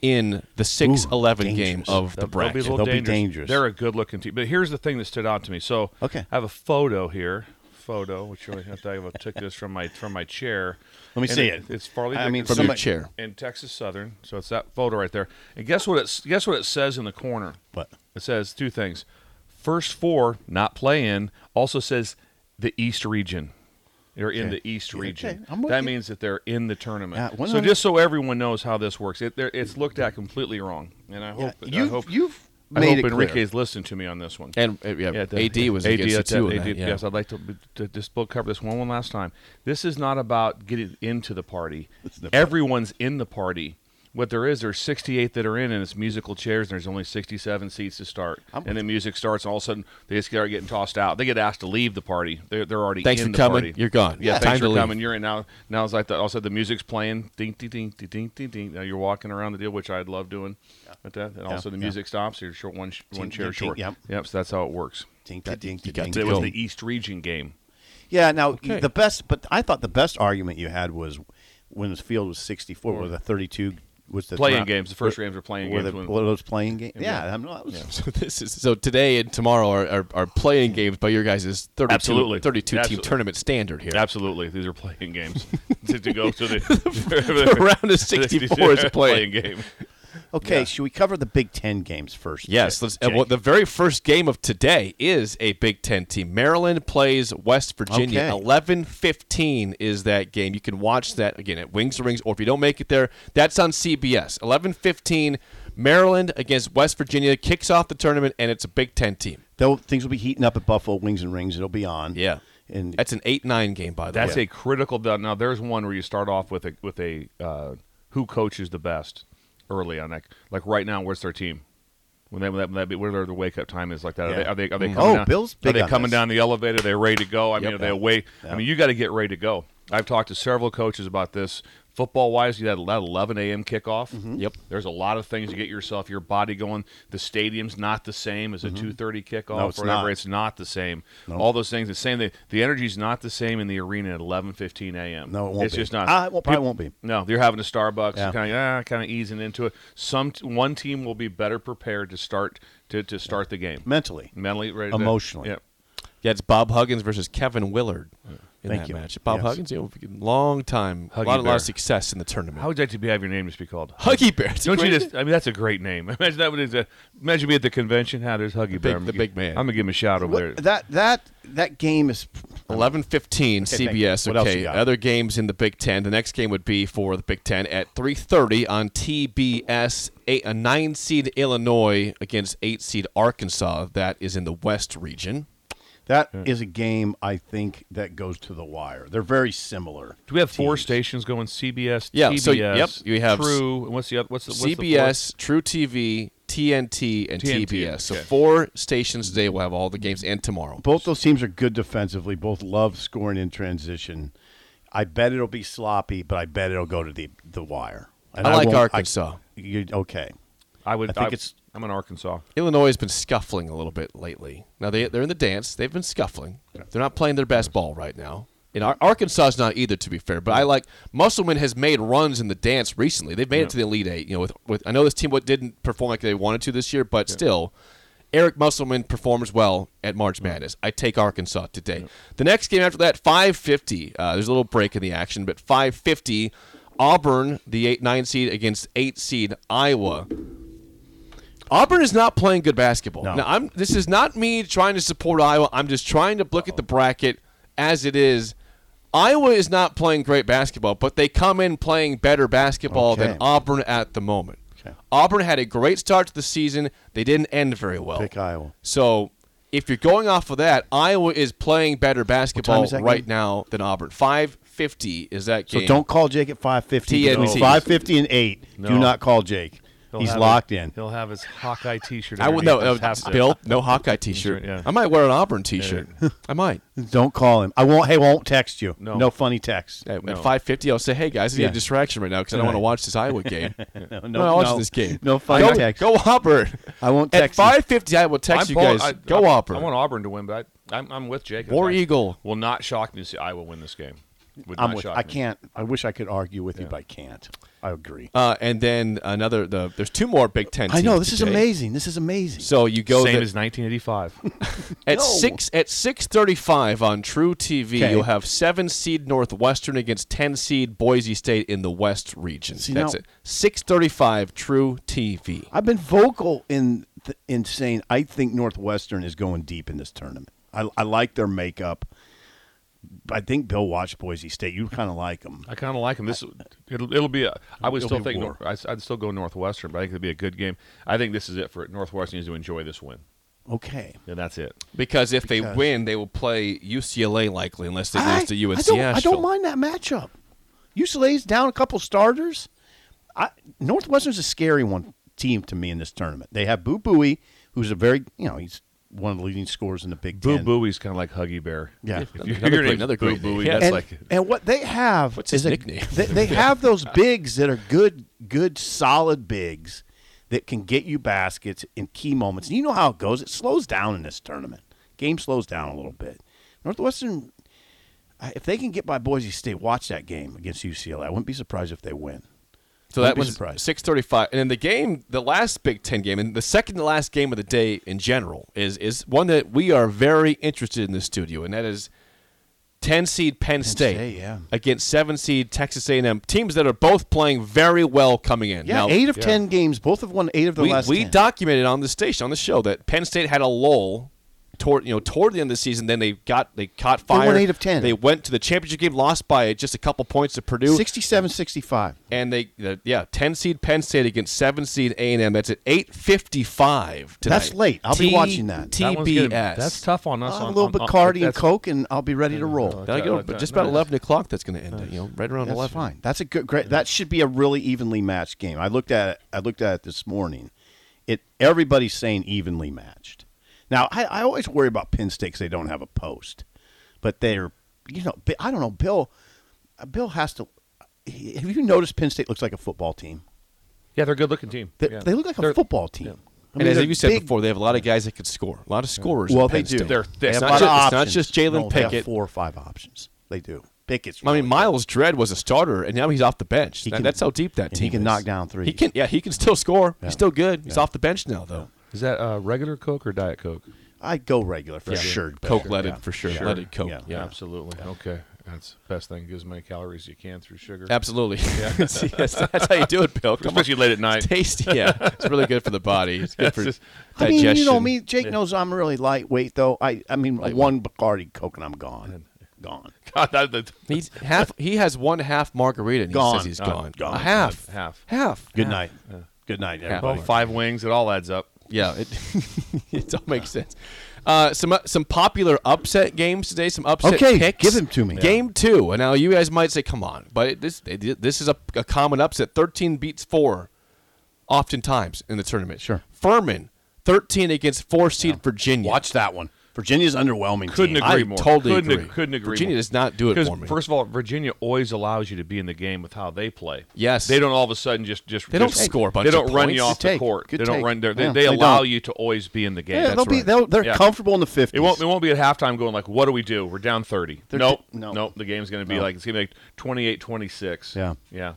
Speaker 4: in the 6 11 game
Speaker 6: dangerous.
Speaker 4: of the
Speaker 5: They'll- they'll
Speaker 4: bracket.
Speaker 5: little
Speaker 6: They'll be
Speaker 5: dangerous.
Speaker 6: dangerous.
Speaker 5: They're a good looking team. But here's the thing that stood out to me. So
Speaker 6: Okay.
Speaker 5: I have a photo here. Photo, which I have to- I took this from my from my chair.
Speaker 6: Let me
Speaker 5: And
Speaker 6: see it.
Speaker 5: It's Farley
Speaker 6: I mean,
Speaker 5: Dickinson
Speaker 4: from your
Speaker 6: somebody-
Speaker 4: chair.
Speaker 5: and Texas Southern. So it's that photo right there. And guess what it's guess what it says in the corner?
Speaker 6: What?
Speaker 5: It says two things. First four not play in. Also says the East region. They're in the East region.
Speaker 6: I'm with
Speaker 5: that
Speaker 6: you.
Speaker 5: means that they're in the tournament.
Speaker 6: Yeah, one
Speaker 5: so
Speaker 6: of-
Speaker 5: just so everyone knows how this works, it, there- it's looked at completely wrong. And I hope I
Speaker 6: You've,
Speaker 5: hope-
Speaker 6: you've
Speaker 5: I
Speaker 6: made
Speaker 5: hope
Speaker 6: it clear.
Speaker 5: Enrique's listened to me on this one.
Speaker 4: And uh, yeah,
Speaker 5: Yeah, the-
Speaker 4: AD was
Speaker 5: AD,
Speaker 4: against the
Speaker 5: that's it,
Speaker 4: two in
Speaker 5: AD,
Speaker 4: that, yeah.
Speaker 5: Yes, I'd like to, to just book cover this one one last time. This is not about getting into the party. Everyone's in the party. What there is, there's 68 that are in, and it's musical chairs, and there's only 67 seats to start. and the music starts, and all of a sudden they just start getting tossed out. They get asked to leave the party. They're, they're already
Speaker 4: Thanks
Speaker 5: in
Speaker 4: for
Speaker 5: the
Speaker 4: coming.
Speaker 5: party.
Speaker 4: You're gone.
Speaker 5: Yeah,
Speaker 4: It's time
Speaker 5: thanks
Speaker 4: to
Speaker 5: for
Speaker 4: leave.
Speaker 5: coming. You're in now. Now it's like the, also the music's playing. Ding, ding, ding, ding, ding, ding, ding. Now you're walking around the deal, which I'd love doing. With that, and also the
Speaker 6: yeah.
Speaker 5: music stops. You're short one, sh- one
Speaker 6: Ding,
Speaker 5: chair
Speaker 6: ding, ding,
Speaker 5: short.
Speaker 6: yep.
Speaker 5: Yep, so that's how it works.
Speaker 6: Dink, dink, dink, dink,
Speaker 5: It
Speaker 6: dink,
Speaker 5: was
Speaker 6: dink.
Speaker 5: the East Region game.
Speaker 6: Yeah. Now the best, but I thought the best argument you had was when the field was sixty-four, where the thirty-two was the
Speaker 5: Playing
Speaker 6: round-
Speaker 5: games. The first games were playing
Speaker 6: were
Speaker 5: games.
Speaker 6: the-
Speaker 5: when-
Speaker 6: were those playing games? Yeah. I'm not.
Speaker 4: [laughs] So this is so today and tomorrow are, are, are playing games by your guys' 32,
Speaker 5: Absolutely.
Speaker 4: 32 team
Speaker 5: Absolutely.
Speaker 4: tournament standard here.
Speaker 5: Absolutely, these are playing [laughs] games. to, to go to [laughs] the,
Speaker 4: The round of 64 is playing.
Speaker 5: game.
Speaker 6: Okay. Should we cover the Big Ten games first?
Speaker 4: Yes,
Speaker 6: Jake?
Speaker 4: let's, uh, well, the very first game of today is a Big Ten team. Maryland plays West Virginia.
Speaker 6: Okay.
Speaker 4: Eleven fifteen is that game. You can watch that again at Wings to Rings, or if you don't make it there, that's on CBS. Eleven fifteen, Maryland against West Virginia kicks off the tournament, and it's a Big Ten team.
Speaker 6: Though things will be heating up at Buffalo Wings and Rings. It'll be on.
Speaker 4: Yeah.
Speaker 6: And
Speaker 4: That's an eight nine game, by the
Speaker 5: That's
Speaker 4: way.
Speaker 5: a critical. Now there's one where you start off with a with a uh, who coaches the best early on. Like like right now, what's their team? When they, when that, when that, whatever their wake up time is like that,
Speaker 6: Yeah.
Speaker 5: are they are they, are they
Speaker 6: Mm.
Speaker 5: coming
Speaker 6: Oh,
Speaker 5: down?
Speaker 6: Bill's
Speaker 5: are
Speaker 6: big
Speaker 5: they
Speaker 6: on
Speaker 5: coming
Speaker 6: this.
Speaker 5: down the elevator? They ready to go? I mean,
Speaker 6: Yep.
Speaker 5: are they awake? I mean, you got to get ready to go. I've talked to several coaches about this. Football wise, you had that 11 a.m. kickoff.
Speaker 6: Mm-hmm.
Speaker 4: Yep.
Speaker 5: There's a lot of things to get yourself, your body going. The stadium's not the same as a 2:30 kickoff
Speaker 6: Mm-hmm. No, it's
Speaker 5: or whatever.
Speaker 6: not.
Speaker 5: It's not the same.
Speaker 6: No.
Speaker 5: All those things. The same. The, the energy's not the same in the arena at 11:15 a.m.
Speaker 6: No, it won't
Speaker 5: It's
Speaker 6: be.
Speaker 5: just not.
Speaker 6: Ah, it won't- probably won't be.
Speaker 5: No, you're having a Starbucks,
Speaker 6: Yeah.
Speaker 5: kind of ah, kind of easing into it. Some t- one team will be better prepared to start to, to start the game
Speaker 6: mentally,
Speaker 5: mentally, ready,
Speaker 6: Emotionally.
Speaker 5: Yeah.
Speaker 4: yeah, it's Bob Huggins versus Kevin Willard in
Speaker 6: Thank
Speaker 4: that
Speaker 6: you.
Speaker 4: match. Bob
Speaker 6: Yes.
Speaker 4: Huggins, you know, long time, a
Speaker 5: Huggy
Speaker 4: lot, a lot
Speaker 5: Bear.
Speaker 4: of success in the tournament.
Speaker 5: How would you like to be, have your name just be called?
Speaker 4: Huggy Bear, it's a
Speaker 5: Don't you
Speaker 4: great-
Speaker 5: just? I mean, that's a great name. [laughs] Imagine that. Would is a, imagine me at the convention. How there's Huggy Bear.
Speaker 4: big-
Speaker 5: I'm
Speaker 4: the
Speaker 5: gi-
Speaker 4: big man.
Speaker 5: I'm gonna give him a shout over there.
Speaker 6: What- that that that game is
Speaker 4: Eleven fifteen
Speaker 6: thank you.
Speaker 4: CBS.
Speaker 6: What else
Speaker 4: Okay,
Speaker 6: you got?
Speaker 4: other games in the Big Ten. The next game would be for the Big Ten at three thirty on TBS. Eight, a nine seed Illinois against eight seed Arkansas. That is in the West region.
Speaker 6: that is a game I think that goes to the wire. They're very similar.
Speaker 5: Do we have four
Speaker 6: teams.
Speaker 5: stations going? CBS,
Speaker 4: Yeah,
Speaker 5: TBS,
Speaker 4: so, yep, you have
Speaker 5: True. and What's the oth- what's the what's the fourth?
Speaker 4: CBS, True TV, TNT, and
Speaker 5: TNT,
Speaker 4: TBS. So
Speaker 5: okay.
Speaker 4: four stations today will have all the games and tomorrow.
Speaker 6: Both those teams are good defensively. Both love scoring in transition. I bet it'll be sloppy, but I bet it'll go to the the wire. And
Speaker 4: I like
Speaker 6: won't-
Speaker 4: Arkansas.
Speaker 6: you, okay,
Speaker 5: I would.
Speaker 6: I think
Speaker 5: I,
Speaker 6: it's-
Speaker 5: I'm in Arkansas.
Speaker 4: Illinois has been scuffling a little bit lately. Now they they're in the dance. They've been scuffling. They're not playing their best ball right now. And Ar- Arkansas is not either, to be fair. But I like Musselman has made runs in the dance recently. They've made it to the Elite Eight. You know, with, with I know this team what didn't perform like they wanted to this year, but still, Eric Musselman performs well at March Madness. I take Arkansas today. The next game after that, five fifty. Uh, there's a little break in the action, but five fifty, Auburn, the eight nine seed against eight seed Iowa. Auburn is not playing good basketball.
Speaker 6: No.
Speaker 4: Now, I'm. This is not me trying to support Iowa. I'm just trying to look at the bracket as it is. Iowa is not playing great basketball, but they come in playing better basketball than
Speaker 6: Okay.
Speaker 4: Auburn at the moment.
Speaker 6: Okay.
Speaker 4: Auburn had a great start to the season. They didn't end very well.
Speaker 6: pick Iowa.
Speaker 4: So if you're going off of that, Iowa is playing better basketball
Speaker 6: is that
Speaker 4: right
Speaker 6: game?
Speaker 4: now than Auburn. Five fty is that
Speaker 6: So
Speaker 4: game?
Speaker 6: don't call Jake at five fifty. Between
Speaker 4: TNT.
Speaker 6: five fifty and eight,
Speaker 5: No.
Speaker 6: do not call Jake.
Speaker 5: He'll
Speaker 6: He's
Speaker 5: have
Speaker 6: locked
Speaker 5: his-
Speaker 6: in.
Speaker 5: He'll have his Hawkeye T-shirt.
Speaker 4: I would
Speaker 5: underneath
Speaker 4: no,
Speaker 5: his
Speaker 4: no
Speaker 5: half zip.
Speaker 4: Bill, no Hawkeye T-shirt.
Speaker 5: yeah.
Speaker 4: I might wear an Auburn T-shirt. [laughs] I might.
Speaker 6: Don't call him. I won't. Hey, won't text you.
Speaker 5: No.
Speaker 6: No, funny texts.
Speaker 4: At,
Speaker 5: No.
Speaker 4: five fifty, I'll say, "Hey guys, I need a
Speaker 6: Yeah.
Speaker 4: distraction right now because I don't want to watch this
Speaker 6: [laughs]
Speaker 4: Iowa game. no,
Speaker 6: [laughs] no,
Speaker 4: I watch
Speaker 6: no.
Speaker 4: this game.
Speaker 6: No fun
Speaker 4: go,
Speaker 6: text.
Speaker 4: Go Auburn.
Speaker 6: I won't
Speaker 4: At
Speaker 6: text you.
Speaker 4: five fifty, I will text
Speaker 5: I'm
Speaker 4: you
Speaker 5: pulling-
Speaker 4: guys.
Speaker 5: I-
Speaker 4: go
Speaker 5: I,
Speaker 4: Auburn.
Speaker 5: I want Auburn to win, but I, I'm, I'm with Jake.
Speaker 4: War
Speaker 5: I-
Speaker 4: Eagle.
Speaker 5: Will not shock me to see Iowa win this game. Would
Speaker 6: I'm
Speaker 5: not
Speaker 6: with.
Speaker 5: shock
Speaker 6: I
Speaker 5: me.
Speaker 6: can't. I wish I could argue with you, but I can't. I agree.
Speaker 4: uh, and then another. The, there's two more Big Ten.
Speaker 6: I know
Speaker 4: teams
Speaker 6: this is
Speaker 4: today.
Speaker 6: amazing. This is amazing.
Speaker 4: So you go
Speaker 5: Same
Speaker 4: the-
Speaker 5: as 1985.
Speaker 4: at
Speaker 6: No.
Speaker 4: six at six thirty five on True TV.
Speaker 6: Okay.
Speaker 4: You'll have seven seed Northwestern against ten seed Boise State in the West region.
Speaker 6: See,
Speaker 4: That's
Speaker 6: now-
Speaker 4: it. Six thirty five True TV.
Speaker 6: I've been vocal in th- in saying I think Northwestern is going deep in this tournament. I, I like their makeup. I think Bill watched Boise State. You kind of like them.
Speaker 5: I kind of like him. This it'll, it'll be. A, I would
Speaker 6: It'll
Speaker 5: still
Speaker 6: be
Speaker 5: think.
Speaker 6: war.
Speaker 5: Nor- I, would still go Northwestern, but I think it'd be a good game. I think this is it for it. Northwestern needs to enjoy this win,
Speaker 6: Okay.
Speaker 5: and that's it.
Speaker 4: Because if they win, they will play UCLA likely, unless they lose to UNC
Speaker 6: I don't, I
Speaker 4: Asheville.
Speaker 6: don't mind that matchup. UCLA's down a couple starters. I, Northwestern's a scary one team to me in this tournament. They have Boo Booey, who's a very you know he's one of the leading scorers in the Big
Speaker 5: Boo
Speaker 6: Ten.
Speaker 5: Booey's kind of like Huggy Bear.
Speaker 6: Yeah.
Speaker 5: If you
Speaker 4: Another
Speaker 5: your
Speaker 4: great-
Speaker 5: name's
Speaker 4: another
Speaker 5: Boo
Speaker 4: great name.
Speaker 5: Booey,
Speaker 4: Yeah.
Speaker 5: that's
Speaker 6: and,
Speaker 5: like
Speaker 6: and what they have
Speaker 4: What's
Speaker 6: is
Speaker 4: his
Speaker 6: a-
Speaker 4: nickname? [laughs]
Speaker 6: they, they have those bigs that are good, good, solid bigs that can get you baskets in key moments. And you know how it goes; it slows down in this tournament. Game slows down a little bit. Northwestern, I- if they can get by Boise State, watch that game against UCLA. I wouldn't be surprised if they win.
Speaker 4: So that
Speaker 6: Wouldn't be
Speaker 4: was
Speaker 6: surprised.
Speaker 4: six thirty-five, and then the game, the last Big Ten game, and the second to last game of the day in general is is one that we are very interested in the studio, and that is ten seed Penn, State,
Speaker 6: State, yeah.
Speaker 4: against seven seed Texas A and M, teams that are both playing very well coming in.
Speaker 6: Yeah,
Speaker 4: now,
Speaker 6: eight of ten games, both have won eight of the
Speaker 4: we,
Speaker 6: last.
Speaker 4: we
Speaker 6: 10.
Speaker 4: documented on the station on the show that Penn State had a lull toward you know toward the end of the season, then they got they caught
Speaker 6: They won
Speaker 4: fire.
Speaker 6: eight of 10.
Speaker 4: They went to the championship game, lost by just a couple points to Purdue,
Speaker 6: 67 65.
Speaker 4: and they uh, yeah ten seed Penn State against seven seed A and M. That's at eight fifty five tonight.
Speaker 6: That's late. I'll be watching that.
Speaker 4: TBS.
Speaker 5: That one's gonna- Oh, that's tough on us.
Speaker 6: I'll
Speaker 5: on,
Speaker 6: have a little
Speaker 5: on- on-
Speaker 6: Bacardi and
Speaker 5: that's-
Speaker 6: Coke, and I'll be ready to roll.
Speaker 4: Then I go, but just about eleven o'clock. That's going to end. it, You know, right around
Speaker 6: That's
Speaker 4: eleven.
Speaker 6: fine. That's a good. Great. That should be a really evenly matched game. I looked at it. I looked at it this morning. It everybody's saying evenly matched. Now I, I always worry about Penn State 'cause they don't have a post, but they're you know Bi- I don't know Bill. uh, Bill has to. he- Have you noticed Penn State looks like a football team?
Speaker 5: Yeah, they're a good-looking team.
Speaker 6: They,
Speaker 5: Yeah.
Speaker 6: they look like a
Speaker 5: They're-
Speaker 6: football team. I mean,
Speaker 4: and as
Speaker 6: they're
Speaker 4: you said
Speaker 6: big-
Speaker 4: before, they have a lot of guys that can score, a lot of scorers.
Speaker 6: well
Speaker 4: at
Speaker 6: they
Speaker 4: Penn
Speaker 6: do.
Speaker 4: State.
Speaker 5: They're- they
Speaker 4: it's,
Speaker 5: have a
Speaker 4: not
Speaker 5: lot
Speaker 4: just,
Speaker 5: of
Speaker 4: it's not
Speaker 6: options.
Speaker 4: just
Speaker 6: No,
Speaker 4: Jalen
Speaker 6: they have
Speaker 4: Pickett.
Speaker 6: four or five options. They do. Pickett's.
Speaker 4: I mean,
Speaker 6: really
Speaker 4: Miles Dredd was a starter, and now he's off the bench.
Speaker 6: He
Speaker 4: That-
Speaker 6: can-
Speaker 4: that's how deep that
Speaker 6: and
Speaker 4: team.
Speaker 6: he can
Speaker 4: is.
Speaker 6: knock down threes.
Speaker 4: He can, yeah, he can still score.
Speaker 6: Yeah.
Speaker 4: He's still good. He's off the bench now, though.
Speaker 5: Is that uh, regular Coke or Diet Coke?
Speaker 6: I'd go regular for sure.
Speaker 4: Coke
Speaker 6: Sure,
Speaker 4: leaded
Speaker 6: yeah.
Speaker 4: for sure.
Speaker 6: Sure.
Speaker 4: Leaded Coke.
Speaker 6: Yeah.
Speaker 4: Yeah,
Speaker 5: absolutely. Okay, that's the best thing. Get as many calories as you can through sugar.
Speaker 4: absolutely. [laughs] See, that's, that's how you do it, Bill. Come on.
Speaker 5: Especially late at night. [laughs]
Speaker 4: Tasty. Yeah, it's really good for the body. It's [laughs] good for
Speaker 6: I
Speaker 4: digestion.
Speaker 6: mean, you know me. Jake knows I'm really lightweight, though. I, I mean, one Bacardi Coke and I'm gone, gone.
Speaker 5: God, that- that-
Speaker 4: He's half. He has one half margarita. And he
Speaker 6: Gone.
Speaker 4: says he's
Speaker 6: Gone.
Speaker 4: gone.
Speaker 6: Gone.
Speaker 4: A half.
Speaker 5: Half.
Speaker 4: Half.
Speaker 6: Good night. Good night, everybody.
Speaker 5: well, five wings. It all adds up.
Speaker 4: Yeah, it [laughs] it all makes sense. Uh, some some popular upset games today. Some upset
Speaker 6: Okay,
Speaker 4: picks.
Speaker 6: give 'em to me.
Speaker 4: Game two. And now you guys might say, "Come on!" But it, this it- this is a, a common upset. Thirteen beats four, oftentimes in the tournament.
Speaker 6: Sure.
Speaker 4: Furman thirteen against four seed Virginia.
Speaker 6: Watch that one. Virginia's underwhelming.
Speaker 5: Couldn't
Speaker 6: team.
Speaker 5: agree
Speaker 4: I
Speaker 5: more.
Speaker 4: totally
Speaker 5: couldn't,
Speaker 4: agree.
Speaker 5: Couldn't agree.
Speaker 4: Virginia
Speaker 5: more.
Speaker 4: does not do it
Speaker 5: Because
Speaker 4: for me.
Speaker 5: First of all, Virginia always allows you to be in the game with how they play.
Speaker 4: Yes.
Speaker 5: they don't all of a sudden just just
Speaker 4: They don't
Speaker 5: just-
Speaker 4: score a bunch
Speaker 5: They don't
Speaker 4: of
Speaker 5: run
Speaker 4: points.
Speaker 5: you off
Speaker 6: Good
Speaker 5: the
Speaker 6: take.
Speaker 5: court.
Speaker 6: Good
Speaker 5: they don't
Speaker 6: take.
Speaker 5: run. Their,
Speaker 6: Yeah,
Speaker 5: they,
Speaker 6: they
Speaker 5: allow
Speaker 6: don't.
Speaker 5: you to always be in the game.
Speaker 6: Yeah, they'll be.
Speaker 4: right.
Speaker 6: They'll, they're
Speaker 5: Yeah.
Speaker 6: comfortable in the fifties.
Speaker 5: It won't. It won't be at halftime going like, "What do we do? We're down 30.
Speaker 6: They're
Speaker 5: nope.
Speaker 6: t- no.
Speaker 5: Nope. The game's going to be
Speaker 6: No.
Speaker 5: like it's going to be like 28-26.
Speaker 6: Yeah.
Speaker 5: Yeah.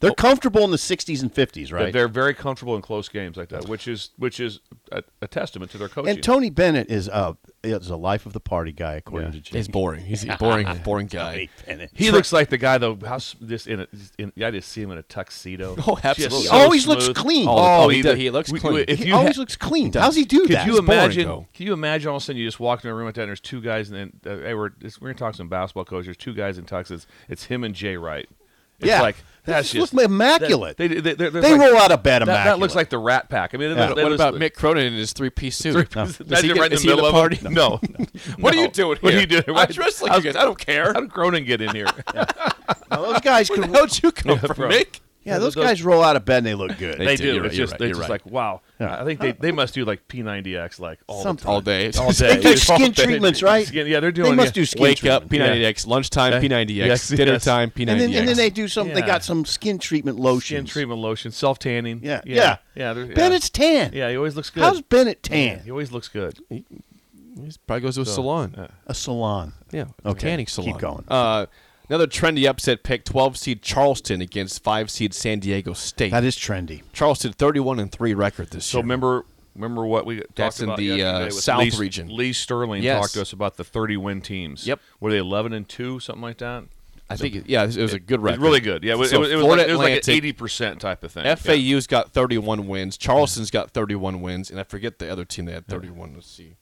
Speaker 6: They're comfortable in the sixties and fifties,
Speaker 5: They're-
Speaker 6: right?
Speaker 5: They're very comfortable in close games like that, which is which is a, a testament to their coaching.
Speaker 6: and Tony Bennett is a is a life of the party guy, according to Jake.
Speaker 4: He's boring. He's a boring
Speaker 6: [laughs]
Speaker 4: boring guy.
Speaker 6: Tony Bennett.
Speaker 5: He looks like the guy though. How's this in? A, in I just see him in a tuxedo.
Speaker 6: [laughs]
Speaker 4: Oh,
Speaker 5: Just
Speaker 4: absolutely. He
Speaker 5: so
Speaker 6: always
Speaker 5: smooth.
Speaker 6: looks clean.
Speaker 4: Oh, he does. He looks clean.
Speaker 5: If
Speaker 6: He
Speaker 5: you
Speaker 6: always
Speaker 5: ha-
Speaker 6: looks clean. How's he do
Speaker 5: could
Speaker 6: that?
Speaker 5: you
Speaker 4: He's boring,
Speaker 5: imagine?
Speaker 4: though.
Speaker 5: can you imagine all of a sudden you just walk in a room like that and there's two guys and then uh, hey, we're this, we're gonna talk to some basketball coach. There's two guys in tuxes. It's him and Jay Wright. It's
Speaker 6: Yeah.
Speaker 5: like
Speaker 6: They
Speaker 5: that's
Speaker 6: just
Speaker 5: just
Speaker 6: look immaculate.
Speaker 5: They, they, they,
Speaker 6: They roll out of bed
Speaker 5: That, that looks
Speaker 6: immaculate.
Speaker 5: like the Rat Pack. I mean, they-
Speaker 6: Yeah.
Speaker 5: they- they
Speaker 4: What
Speaker 5: just-
Speaker 4: about Mick Cronin in his three piece suit?
Speaker 5: [laughs]
Speaker 4: Does
Speaker 5: Is
Speaker 4: he
Speaker 5: that
Speaker 4: get-
Speaker 5: right in
Speaker 4: is
Speaker 5: the
Speaker 4: he at
Speaker 5: middle
Speaker 4: the
Speaker 5: of
Speaker 4: party?
Speaker 5: it? No.
Speaker 4: [laughs] What are
Speaker 5: No.
Speaker 4: you doing here?
Speaker 5: What are you doing?
Speaker 4: I dress like you guys. I
Speaker 5: [laughs]
Speaker 4: don't care.
Speaker 5: How did Cronin get in here?
Speaker 6: Now, those
Speaker 5: [laughs]
Speaker 6: guys can.
Speaker 4: How'd you come from,
Speaker 5: bro.
Speaker 4: Mick?
Speaker 6: Yeah, those guys roll out of bed and they look good. [laughs]
Speaker 5: They
Speaker 4: do.
Speaker 5: do.
Speaker 4: You're
Speaker 5: It's
Speaker 4: right,
Speaker 5: just
Speaker 4: you're right,
Speaker 5: they're
Speaker 4: you're
Speaker 5: just like wow. I think they, they must do like P90X like all the
Speaker 6: Something.
Speaker 5: time.
Speaker 4: All day.
Speaker 5: All day. [laughs]
Speaker 6: They do
Speaker 5: Just all
Speaker 6: skin
Speaker 5: day.
Speaker 6: treatments, right?
Speaker 5: Skin- yeah, they're
Speaker 6: They
Speaker 5: doing.
Speaker 6: must
Speaker 5: yeah.
Speaker 6: do
Speaker 4: [laughs]
Speaker 6: skin
Speaker 4: Wake
Speaker 6: treatment.
Speaker 4: up, P90X. Lunchtime, P90X.
Speaker 5: yes,
Speaker 4: dinner
Speaker 5: yes.
Speaker 4: time, P90X.
Speaker 6: and then, and then they do some. They
Speaker 5: Yeah.
Speaker 6: got some skin treatment lotion.
Speaker 5: skin treatment lotion, self tanning.
Speaker 6: Yeah, yeah,
Speaker 5: yeah, yeah. they're- yeah.
Speaker 6: Bennett's tan.
Speaker 5: yeah, he always looks good.
Speaker 6: How's Bennett
Speaker 5: Yeah,
Speaker 6: tan?
Speaker 5: he always looks good.
Speaker 4: He probably goes to a salon.
Speaker 6: A salon.
Speaker 4: yeah, a
Speaker 6: okay.
Speaker 4: tanning salon.
Speaker 6: Keep going.
Speaker 4: Uh, another trendy upset pick: 12 seed Charleston against 5 seed San Diego State.
Speaker 6: That is trendy.
Speaker 4: Charleston 31 and three record this
Speaker 5: So
Speaker 4: year.
Speaker 5: remember, remember what we talked
Speaker 4: That's in
Speaker 5: about
Speaker 4: the, uh,
Speaker 5: yesterday with
Speaker 4: South
Speaker 5: Lee,
Speaker 4: region.
Speaker 5: Lee Sterling
Speaker 4: Yes.
Speaker 5: talked to us about the 30 win teams.
Speaker 4: Yep.
Speaker 5: Were they 11 and two, something like that?
Speaker 4: I think it- yeah, it was a good
Speaker 5: It's
Speaker 4: record.
Speaker 5: really good. Yeah, it was,
Speaker 4: So
Speaker 5: it was, it was
Speaker 4: Florida
Speaker 5: like, it was like an
Speaker 4: Atlantic-
Speaker 5: 80 percent type of thing. Yeah.
Speaker 4: FAU's got 31 wins. Charleston's got 31 wins, and I forget the other team that had 31. Let's see.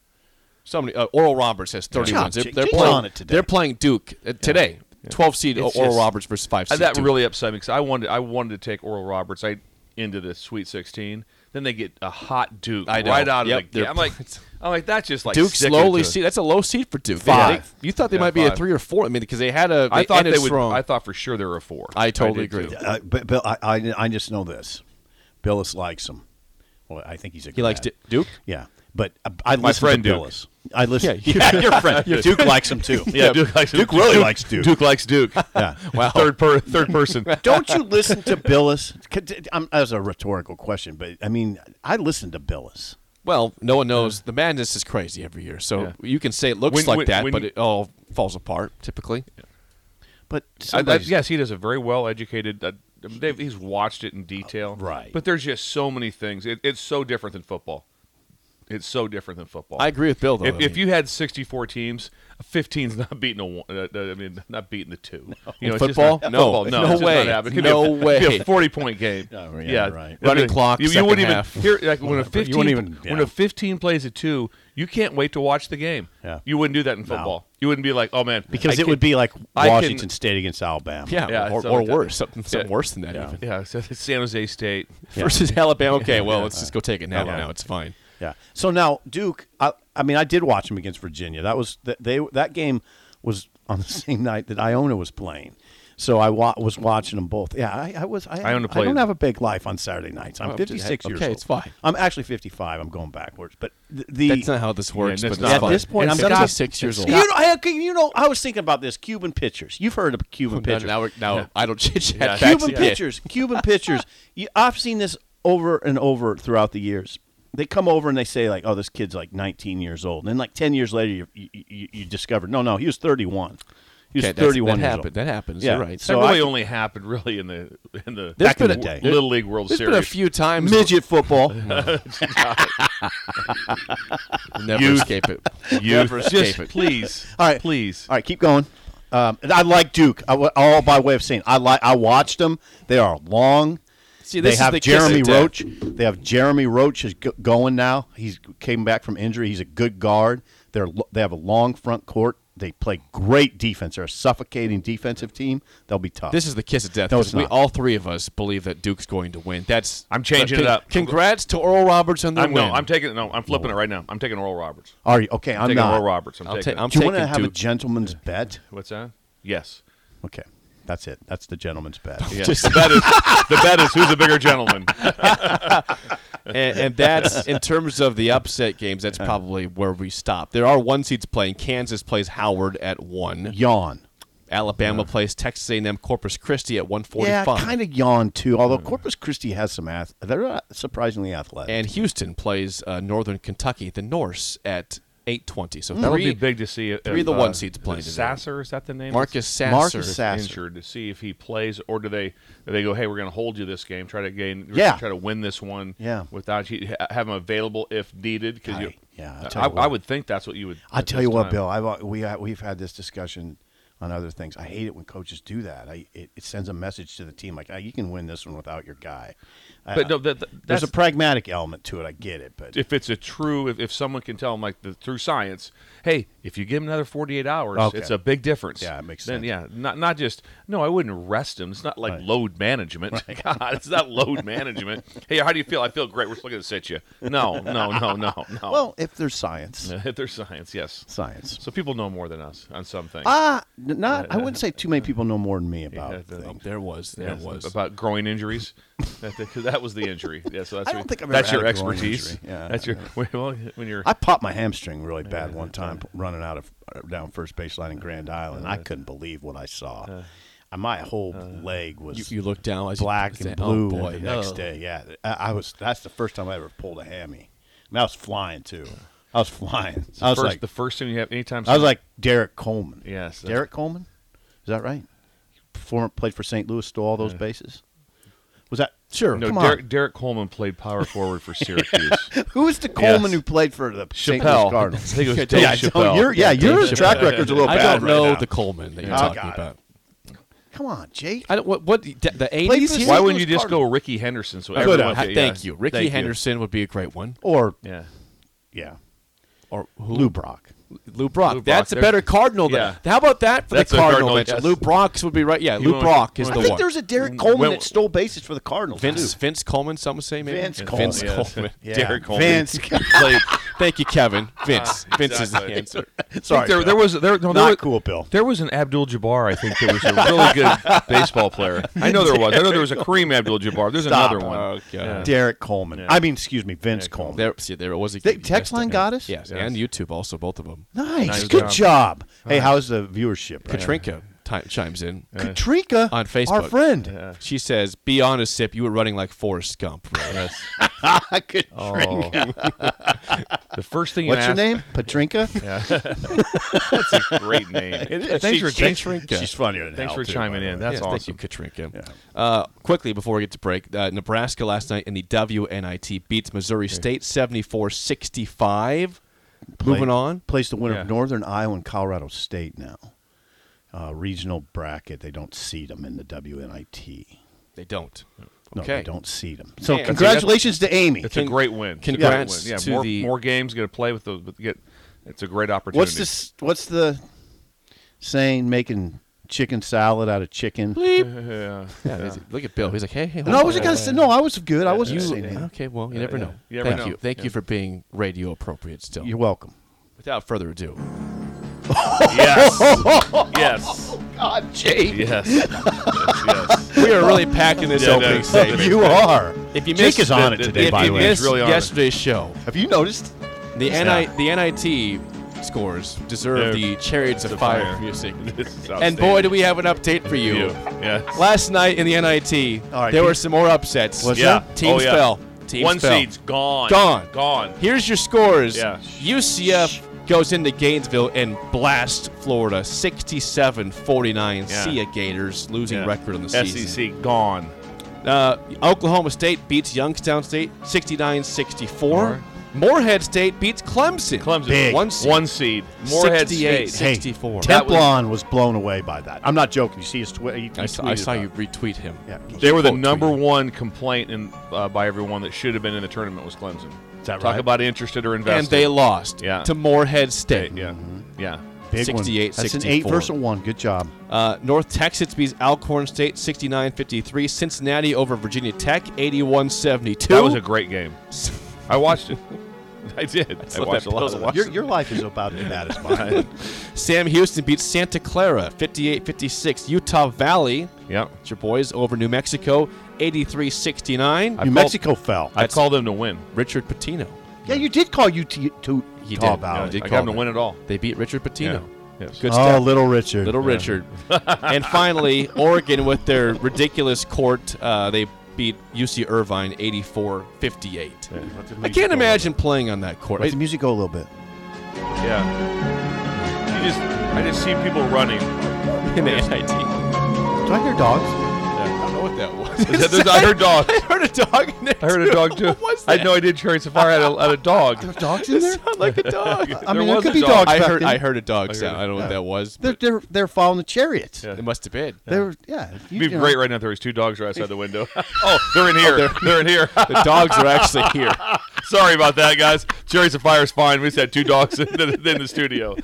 Speaker 4: Somebody, uh, Oral Roberts has 30
Speaker 6: Good job,
Speaker 4: wins. They're,
Speaker 6: Jake.
Speaker 4: they're
Speaker 6: Jake's
Speaker 4: playing
Speaker 6: on it today.
Speaker 4: They're playing Duke uh, today. 12 seed
Speaker 5: It's
Speaker 4: Oral
Speaker 5: just-
Speaker 4: Roberts versus five
Speaker 5: Uh,
Speaker 4: seed.
Speaker 5: that
Speaker 4: Duke.
Speaker 5: really upset me because I wanted I wanted to take Oral Roberts I into the Sweet 16. Then they get a hot Duke
Speaker 4: I know.
Speaker 5: right out
Speaker 4: Yep,
Speaker 5: of the
Speaker 4: they're-
Speaker 5: gate. I'm like, I'm like that's just like
Speaker 4: Duke
Speaker 5: sticking
Speaker 4: slowly
Speaker 5: to it.
Speaker 4: see that's a low seed for Duke. They-
Speaker 6: Five.
Speaker 4: they- you thought they
Speaker 5: Yeah,
Speaker 4: might be a
Speaker 5: five.
Speaker 4: three or four. I mean, because they had a.
Speaker 5: I
Speaker 4: they
Speaker 5: thought
Speaker 4: ended
Speaker 5: they would.
Speaker 4: strong.
Speaker 5: I thought for sure they were a four.
Speaker 4: I totally
Speaker 5: did,
Speaker 4: agree.
Speaker 5: too.
Speaker 6: Uh, but Bill, I, I, I just know this. Billis likes him. Well, I think he's a.
Speaker 4: he likes
Speaker 6: grad.
Speaker 4: Di- Duke.
Speaker 6: Yeah, but uh, I listen
Speaker 5: friend
Speaker 6: to
Speaker 5: Duke.
Speaker 6: Billis. I listen. [laughs]
Speaker 4: Yeah,
Speaker 6: Yeah, your friend Duke likes him too.
Speaker 5: Yeah, Duke likes
Speaker 6: Duke really likes Duke.
Speaker 5: Duke likes Duke.
Speaker 4: [laughs]
Speaker 5: [laughs]
Speaker 6: Yeah.
Speaker 5: Wow. Third per, third person.
Speaker 6: Don't you listen to Billis? Could- I'm, that was a rhetorical question, but I mean, I listen to Billis.
Speaker 4: Well, no one knows. The madness is crazy every year, so
Speaker 5: Yeah.
Speaker 4: you can say it looks
Speaker 5: When-
Speaker 4: like
Speaker 5: when-
Speaker 4: that,
Speaker 5: when
Speaker 4: but
Speaker 5: you-
Speaker 4: it all falls apart typically.
Speaker 6: But
Speaker 5: I, I,
Speaker 6: somebody's-
Speaker 5: yes, he does a very well educated. Uh, they've, he's watched it in detail.
Speaker 6: Right.
Speaker 5: But there's just so many things. It, it's so different than football. It's so different than football.
Speaker 4: I agree with Bill though.
Speaker 5: If,
Speaker 4: I
Speaker 5: if
Speaker 4: mean,
Speaker 5: you had 64 teams, 15's not beating a one. Uh, uh, I mean, not beating the two. You know, it's just
Speaker 4: Football?
Speaker 5: not-
Speaker 4: No.
Speaker 5: football, no,
Speaker 4: No
Speaker 5: it's just
Speaker 4: way.
Speaker 5: not happening. It could
Speaker 6: [laughs]
Speaker 4: No
Speaker 5: be a, it'd Be
Speaker 4: way.
Speaker 5: a 40 point game.
Speaker 6: Oh, yeah, right.
Speaker 5: It'd
Speaker 4: Running
Speaker 5: be-
Speaker 4: clock,
Speaker 5: You, you
Speaker 4: second
Speaker 5: wouldn't even
Speaker 4: half.
Speaker 5: here. Like when a 15
Speaker 6: You wouldn't even-
Speaker 5: when
Speaker 6: yeah.
Speaker 5: a 15 plays a two, you can't wait to watch the game.
Speaker 6: Yeah.
Speaker 5: You wouldn't do that in football. You wouldn't be like, oh man,
Speaker 6: because
Speaker 5: I
Speaker 6: it would
Speaker 5: can't-
Speaker 6: be like
Speaker 5: I can-
Speaker 6: Washington State against Alabama.
Speaker 4: yeah,
Speaker 5: yeah,
Speaker 4: or,
Speaker 5: something
Speaker 4: or
Speaker 5: like that.
Speaker 4: worse, something, something
Speaker 5: Yeah.
Speaker 4: worse than that
Speaker 6: Yeah.
Speaker 4: even.
Speaker 5: Yeah, [laughs] so it's San Jose State.
Speaker 4: Versus Alabama. Okay, well, let's just go take it now.
Speaker 6: Yeah.
Speaker 4: Now it's fine.
Speaker 6: Yeah. So now Duke, I, I mean, I did watch them against Virginia. That was th- they that game was on the [laughs] same night that Iona was playing. So I wa- was watching them both. Yeah, I, I was. I,
Speaker 5: Iona
Speaker 6: I
Speaker 5: played-
Speaker 6: don't have a big life on Saturday nights. I'm
Speaker 4: Oh,
Speaker 6: 56
Speaker 4: okay,
Speaker 6: years
Speaker 4: okay,
Speaker 6: old.
Speaker 4: it's fine.
Speaker 6: I'm actually 55. I'm going backwards. But th- the
Speaker 4: That's not how this works.
Speaker 5: that's
Speaker 4: but
Speaker 5: not
Speaker 4: it's
Speaker 6: at
Speaker 4: fine.
Speaker 6: this point,
Speaker 4: And
Speaker 6: I'm
Speaker 4: I'm
Speaker 6: Scott-
Speaker 4: 56 years old.
Speaker 6: You know, I, okay, you know, I was thinking about this Cuban pitchers. You've heard of Cuban
Speaker 4: Now-
Speaker 6: pitchers.
Speaker 4: Now, we're- now I don't chit chat.
Speaker 5: Yeah.
Speaker 4: back
Speaker 6: Cuban
Speaker 4: to-
Speaker 6: pitchers, Cuban pitchers. You, I've seen this over and over throughout the years. They come over and they say like, "Oh, this kid's like 19 years old," and then like 10 years later, you you, you, you discover, no, no, he was 31. He was
Speaker 4: Okay, that's-
Speaker 6: 31
Speaker 4: That
Speaker 6: years
Speaker 4: happened.
Speaker 6: old.
Speaker 4: That happens.
Speaker 6: Yeah.
Speaker 4: You're right.
Speaker 6: So
Speaker 5: that really
Speaker 6: I-
Speaker 5: only happened really in the in the
Speaker 6: There's
Speaker 5: back in
Speaker 6: been a day.
Speaker 5: Wo- Little League World
Speaker 4: There's
Speaker 5: Series.
Speaker 4: been a few times
Speaker 6: Midget football.
Speaker 4: [laughs] I'll never escape it. never escape
Speaker 5: Just
Speaker 4: it.
Speaker 5: please,
Speaker 6: [laughs] All right.
Speaker 5: please.
Speaker 6: All right, keep going. Um, and I like Duke. I, wa- all by way of saying, I like. I watched them. They are long.
Speaker 4: See,
Speaker 6: they
Speaker 4: this is
Speaker 6: have
Speaker 4: the kiss
Speaker 6: Jeremy
Speaker 4: of death.
Speaker 6: Roach. They have Jeremy Roach is go- going now. He's came back from injury. He's a good guard. They're lo- they have a long front court. They play great defense. They're a suffocating defensive team. They'll be tough.
Speaker 4: This is the kiss of death.
Speaker 6: No, it's
Speaker 4: 'cause we
Speaker 6: not.
Speaker 4: all three of us believe that Duke's going to win. That's
Speaker 5: I'm changing
Speaker 4: but
Speaker 5: it up.
Speaker 4: Congrats to Oral Roberts on their
Speaker 5: I'm,
Speaker 4: win.
Speaker 5: no, I'm taking no. I'm flipping it right now. I'm taking Oral Roberts.
Speaker 6: are you okay? I'm
Speaker 5: taking
Speaker 6: not.
Speaker 5: Oral Roberts. I'm
Speaker 4: I'll
Speaker 5: taking.
Speaker 4: ta- I'm
Speaker 6: Do you want to
Speaker 4: taking
Speaker 6: have a
Speaker 4: Duke.
Speaker 6: gentleman's bet?
Speaker 5: What's that? Yes.
Speaker 6: Okay, that's it. That's the
Speaker 4: [laughs]
Speaker 6: gentleman's bet.
Speaker 5: Yeah. the bet is the bet is who's the bigger gentleman.
Speaker 4: and, and that's in terms of the upset games. That's probably where we stop. There are one seeds playing. Kansas plays Howard at one.
Speaker 6: Yawn.
Speaker 4: Alabama plays Texas A&M Corpus Christi at one
Speaker 6: Yeah,
Speaker 4: forty-five.
Speaker 6: kind of yawn too. Although Corpus Christi has some ath, they're uh, surprisingly athletic.
Speaker 4: And Houston plays uh, Northern Kentucky, the Norse, at eight twenty. So
Speaker 5: [laughs] That would
Speaker 4: three,
Speaker 5: be big to see. If,
Speaker 4: three of the
Speaker 5: uh,
Speaker 4: one seeds playing today.
Speaker 5: Sasser is that the name?
Speaker 4: Marcus Sasser.
Speaker 6: Marcus Sasser.
Speaker 5: That's injured to see if he plays or do they do they go hey we're going to hold you this game try to gain
Speaker 6: Yeah.
Speaker 5: try to win this one
Speaker 6: Yeah.
Speaker 5: without you ha- have him available if needed because you
Speaker 6: I- yeah, I'll tell
Speaker 5: I,
Speaker 6: you what.
Speaker 5: I would think that's what you would
Speaker 6: I
Speaker 5: at
Speaker 6: tell
Speaker 5: this
Speaker 6: you what,
Speaker 5: time.
Speaker 6: Bill. I've uh, we ha- we've had this discussion on other things. I hate it when coaches do that. I it, it sends a message to the team like, "Ah, you can win this one without your guy. I-
Speaker 5: but no that, that-
Speaker 6: there's
Speaker 5: that's
Speaker 6: a pragmatic element to it. I get it, but
Speaker 5: if it's a true if, if someone can tell him like the, through science hey if you give him another 48 hours
Speaker 6: Okay.
Speaker 5: it's a big difference
Speaker 6: Yeah, it makes
Speaker 5: then
Speaker 6: sense.
Speaker 5: yeah not not just no i wouldn't rest him it's not like load management [laughs] god it's not
Speaker 6: [laughs]
Speaker 5: load management hey how do you feel i feel great we're still going to sit you no no no no no [laughs]
Speaker 6: well, if there's science,
Speaker 5: there's science yes
Speaker 6: science.
Speaker 5: So people know more than us on some things.
Speaker 6: Ah, n- not. I wouldn't say too many people know more than me about
Speaker 5: Yeah, the-
Speaker 6: things.
Speaker 4: There was, there
Speaker 5: Yes,
Speaker 4: was.
Speaker 5: about groin injuries. [laughs] that, that- that was the injury. Yeah, so that's
Speaker 6: I
Speaker 5: your-
Speaker 6: don't think I've
Speaker 5: that's
Speaker 6: ever
Speaker 5: your
Speaker 6: had a groin
Speaker 5: expertise.
Speaker 6: injury. Yeah,
Speaker 5: that's your [laughs] well when you're
Speaker 6: I popped my hamstring really bad one time p- running out of uh, down first baseline
Speaker 5: Uh,
Speaker 6: in Grand Island. I couldn't believe what I saw. Uh, my whole leg was
Speaker 4: You, you look down. as you-
Speaker 6: black
Speaker 4: say,
Speaker 6: and
Speaker 4: oh,
Speaker 6: blue
Speaker 4: boy.
Speaker 6: the
Speaker 4: [laughs]
Speaker 6: next
Speaker 4: Oh.
Speaker 6: day. Yeah, I, I was. That's the first time I ever pulled a hammy. And I was flying too. I was flying. I was
Speaker 5: first,
Speaker 6: like,
Speaker 5: the first thing you have anytime.
Speaker 6: I was like Derek Coleman.
Speaker 5: Yes, that's-
Speaker 6: Derek Coleman. Is that right? Former played for St. Louis, stole all those bases. Was that
Speaker 4: Sure.
Speaker 5: no.
Speaker 6: Come
Speaker 5: Derek,
Speaker 6: on.
Speaker 5: Derek Coleman played power forward
Speaker 6: [laughs]
Speaker 5: for Syracuse.
Speaker 6: Who was the Coleman who played for the St. Louis
Speaker 5: Chappelle.
Speaker 4: [laughs]
Speaker 6: Cardinals?
Speaker 5: I think it was Dave
Speaker 6: yeah, I don't-
Speaker 5: Chappelle.
Speaker 6: You're, yeah, your track record's a little
Speaker 4: I
Speaker 6: bad.
Speaker 4: don't
Speaker 6: right
Speaker 4: know
Speaker 6: now.
Speaker 4: the Coleman that you're
Speaker 6: Oh,
Speaker 4: talking
Speaker 6: God.
Speaker 4: about.
Speaker 6: Come on, Jake.
Speaker 4: I don't. What? What? The the
Speaker 6: Played for
Speaker 4: eighties?
Speaker 6: the
Speaker 5: Why
Speaker 6: St.
Speaker 5: wouldn't
Speaker 6: Louis
Speaker 5: you just go
Speaker 6: Cardinals.
Speaker 5: Ricky Henderson? So
Speaker 4: Good.
Speaker 5: everyone,
Speaker 4: Ha-
Speaker 5: yeah.
Speaker 4: Thank you. Ricky
Speaker 5: Thank
Speaker 4: Henderson would be a great one.
Speaker 6: Or
Speaker 5: You. Yeah.
Speaker 6: yeah,
Speaker 4: Or who?
Speaker 6: Lou Brock.
Speaker 4: Lou Brock.
Speaker 5: Lou Brock.
Speaker 4: That's a
Speaker 5: There-
Speaker 4: better Cardinal. than-
Speaker 5: Yeah.
Speaker 4: How about that for
Speaker 5: That's
Speaker 4: the
Speaker 5: a
Speaker 4: Cardinal?
Speaker 5: Cardinal,
Speaker 4: mention?
Speaker 5: yes.
Speaker 4: Lou Brock would be right. Yeah,
Speaker 5: You
Speaker 4: Lou
Speaker 5: want-
Speaker 4: Brock is
Speaker 5: I
Speaker 4: the
Speaker 6: I
Speaker 4: one.
Speaker 6: think there was a Derek Coleman
Speaker 5: When-
Speaker 6: that stole bases for the Cardinals.
Speaker 4: Vince
Speaker 6: too.
Speaker 4: Vince Coleman. Some would say maybe
Speaker 6: Vince
Speaker 4: Yeah.
Speaker 6: Coleman.
Speaker 4: Vince
Speaker 5: Yeah.
Speaker 4: Coleman.
Speaker 6: Yeah.
Speaker 5: Derek Coleman. [laughs]
Speaker 6: Vince.
Speaker 5: played.
Speaker 4: Thank you,
Speaker 5: [laughs]
Speaker 4: Kevin. Vince. Vince is the
Speaker 5: exactly.
Speaker 4: answer.
Speaker 6: Sorry,
Speaker 5: There,
Speaker 6: Bill.
Speaker 5: there was there, no, there
Speaker 6: Not
Speaker 5: was-
Speaker 6: cool, Bill.
Speaker 5: There was an Abdul Jabbar, I think, that was a
Speaker 6: [laughs]
Speaker 5: really good baseball player. I know there was. I know there was a Kareem Abdul Jabbar. There's
Speaker 6: Stop.
Speaker 5: another one.
Speaker 4: Oh, God.
Speaker 6: Derek Coleman. I mean, excuse me, Vince Coleman.
Speaker 4: There, see, there was a
Speaker 6: They-
Speaker 4: you
Speaker 6: text
Speaker 4: guessed
Speaker 6: line
Speaker 4: it.
Speaker 6: got us?
Speaker 4: Yes,
Speaker 5: Yes.
Speaker 4: and YouTube also, both of them.
Speaker 6: Nice,
Speaker 5: Nice
Speaker 6: good
Speaker 5: job.
Speaker 6: job. Hey, how's the viewership?
Speaker 4: Katrinka time, chimes in
Speaker 6: Katrika,
Speaker 4: on Facebook.
Speaker 6: our friend.
Speaker 4: She says, "Be honest, Sip. You were running like Forrest
Speaker 5: [laughs]
Speaker 4: Gump. bro."
Speaker 5: Oh. [laughs] the first thing you
Speaker 6: What's her
Speaker 5: asked-
Speaker 6: name? Patrinka.
Speaker 5: [laughs] That's a great
Speaker 6: [laughs]
Speaker 5: name. Thanks for, thanks,
Speaker 4: Katrinka.
Speaker 6: She's funnier than
Speaker 5: thanks
Speaker 6: hell,
Speaker 5: for
Speaker 6: too,
Speaker 5: chiming
Speaker 6: by the
Speaker 5: in.
Speaker 6: way.
Speaker 5: That's
Speaker 4: Yeah,
Speaker 5: awesome.
Speaker 4: Thank you, Katrinka. Uh, quickly before we get to break, uh, Nebraska last night in the WNIT beats Missouri State 74-65. Moving on.
Speaker 6: Plays the winner
Speaker 5: Yeah.
Speaker 6: of Northern Iowa and Colorado State now. Uh, regional bracket. They don't seed them in the WNIT.
Speaker 4: They don't.
Speaker 6: No,
Speaker 4: okay.
Speaker 6: they don't seed them. So
Speaker 4: Yeah.
Speaker 6: congratulations to Amy.
Speaker 5: It's a great win. It's a great
Speaker 4: Congrats
Speaker 5: win. yeah,
Speaker 4: to
Speaker 5: more,
Speaker 4: the-
Speaker 5: more games going to play with the with, get. It's a great opportunity.
Speaker 6: What's this? What's the saying? Making chicken salad out of chicken.
Speaker 5: [laughs] Yeah.
Speaker 4: Yeah, they- Look at Bill. He's like, hey, hey.
Speaker 6: No,
Speaker 4: hold
Speaker 6: I
Speaker 4: on.
Speaker 6: wasn't gonna say. No, I was good. I wasn't
Speaker 4: You-
Speaker 6: saying that.
Speaker 4: okay, well, you never know.
Speaker 5: You never
Speaker 4: Thank
Speaker 5: know.
Speaker 4: you. Thank you for being radio appropriate still.
Speaker 6: You're welcome.
Speaker 4: Without further
Speaker 6: [laughs]
Speaker 4: ado.
Speaker 5: Yes. yes.
Speaker 6: God, Jake, [laughs]
Speaker 5: Yes. yes.
Speaker 4: We are really packing this
Speaker 5: Yeah, no,
Speaker 4: opening
Speaker 5: it's-
Speaker 4: segment.
Speaker 6: [laughs] you are.
Speaker 4: If you
Speaker 6: Jake
Speaker 4: missed
Speaker 6: is on it
Speaker 5: the-
Speaker 6: today.
Speaker 4: if
Speaker 6: by
Speaker 4: you
Speaker 6: the way,
Speaker 4: missed
Speaker 5: really on it.
Speaker 4: yesterday's show,
Speaker 6: have you noticed?
Speaker 4: the NI, the NIT scores deserve
Speaker 5: They're-
Speaker 4: the Chariots of
Speaker 5: of
Speaker 4: Fire,
Speaker 5: Fire.
Speaker 6: [laughs]
Speaker 4: music.
Speaker 5: This is
Speaker 4: And boy, do we have an update for you.
Speaker 5: outstanding. Yes.
Speaker 4: Last night in the NIT,
Speaker 6: All right,
Speaker 4: there
Speaker 6: Pete.
Speaker 4: were some more upsets.
Speaker 6: Was
Speaker 5: Yeah.
Speaker 6: there?
Speaker 4: Teams
Speaker 5: oh, yeah.
Speaker 4: fell. Teams
Speaker 5: One
Speaker 4: fell.
Speaker 5: seed's gone.
Speaker 4: Gone.
Speaker 5: Gone.
Speaker 4: Here's your scores.
Speaker 5: Yeah.
Speaker 4: UCF goes into Gainesville and blasts Florida 67-49.
Speaker 5: Yeah.
Speaker 4: See ya, Gators, losing
Speaker 5: Yeah. E
Speaker 4: record on the
Speaker 5: SEC
Speaker 4: season.
Speaker 5: gone.
Speaker 4: Uh, Oklahoma State beats Youngstown State 69-64.
Speaker 5: Alright.
Speaker 4: Moorhead State beats Clemson.
Speaker 5: Clemson.
Speaker 6: Big.
Speaker 4: One seed.
Speaker 5: One seed. Morehead
Speaker 4: 68.
Speaker 5: State.
Speaker 4: 64.
Speaker 6: Hey,
Speaker 4: That was-
Speaker 6: Templon was, blown away by that. I'm not joking. You see his Twitter.
Speaker 4: I saw, I saw you retweet him.
Speaker 6: Yeah.
Speaker 5: They were the
Speaker 4: Quote
Speaker 5: number
Speaker 4: tweet.
Speaker 5: one complaint in, uh, by everyone that should have been in the tournament was Clemson.
Speaker 6: Is that
Speaker 5: Talk
Speaker 6: right?
Speaker 5: about interested or invested.
Speaker 4: And they lost
Speaker 5: Yeah.
Speaker 4: to Moorhead State.
Speaker 5: Yeah.
Speaker 6: Mm-hmm.
Speaker 5: Yeah.
Speaker 6: Big one.
Speaker 4: 68,
Speaker 6: That's an eight
Speaker 4: 64.
Speaker 6: versus one. Good job.
Speaker 4: Uh, North Texas beats Alcorn State 69-53. Cincinnati over Virginia Tech 81-72.
Speaker 5: That was a great game. I watched it. [laughs] I did. I,
Speaker 4: love
Speaker 5: watched
Speaker 4: that
Speaker 5: a lot
Speaker 4: Bills
Speaker 5: of it.
Speaker 6: Your, your life is about as bad
Speaker 4: [laughs]
Speaker 6: as mine.
Speaker 4: Sam Houston beats Santa Clara 58-56. Utah Valley,
Speaker 5: Yeah.
Speaker 4: it's your boys over New Mexico 83-69.
Speaker 6: New Mexico fell.
Speaker 5: I called them to win.
Speaker 4: Richard Patino.
Speaker 6: yeah, you did call you to to
Speaker 4: He
Speaker 6: Utah
Speaker 4: did.
Speaker 6: Valley.
Speaker 4: Yeah, did
Speaker 5: I
Speaker 4: call
Speaker 5: got them to
Speaker 4: that.
Speaker 5: win it all.
Speaker 4: They beat Richard Patino.
Speaker 5: Yeah. Yes.
Speaker 4: Good
Speaker 6: oh,
Speaker 4: stuff.
Speaker 6: little Richard.
Speaker 4: Little
Speaker 5: [laughs]
Speaker 4: Richard. and finally, Oregon with their ridiculous court, uh, they beat UC Irvine 84-58. I can't imagine playing on that court.
Speaker 6: Let the music go a little bit.
Speaker 5: Yeah. You just, I just see people running.
Speaker 4: in the NIT. I
Speaker 6: Do I hear dogs?
Speaker 4: don't know what that [laughs] was.
Speaker 5: Is that there's an underdog.
Speaker 4: [laughs] I heard a dog in there.
Speaker 5: I heard
Speaker 4: too.
Speaker 5: a dog too.
Speaker 4: What was
Speaker 5: I
Speaker 4: that?
Speaker 5: had no idea Chariots of Fire had a, had a dog.
Speaker 6: Dogs in
Speaker 4: It
Speaker 6: there?
Speaker 4: sounded like a [laughs] dog.
Speaker 6: I
Speaker 5: there
Speaker 6: mean, there
Speaker 5: was
Speaker 6: could
Speaker 5: a
Speaker 6: be
Speaker 5: dog.
Speaker 6: dogs.
Speaker 4: I
Speaker 6: back
Speaker 4: heard
Speaker 6: then.
Speaker 4: I heard a dog
Speaker 5: heard
Speaker 4: sound.
Speaker 5: it.
Speaker 4: I don't know what that was.
Speaker 6: They're they're they're following the chariots.
Speaker 5: Yeah.
Speaker 4: It must have been.
Speaker 6: They were yeah. you-
Speaker 5: It'd
Speaker 6: you
Speaker 5: be
Speaker 6: know.
Speaker 5: great right now if there was two dogs right outside the window. oh, they're in here. they're in here.
Speaker 4: The dogs are actually here. [laughs]
Speaker 5: Sorry about that, guys. Cherries of Fire's fine. We just had two dogs [laughs] in the, in the studio.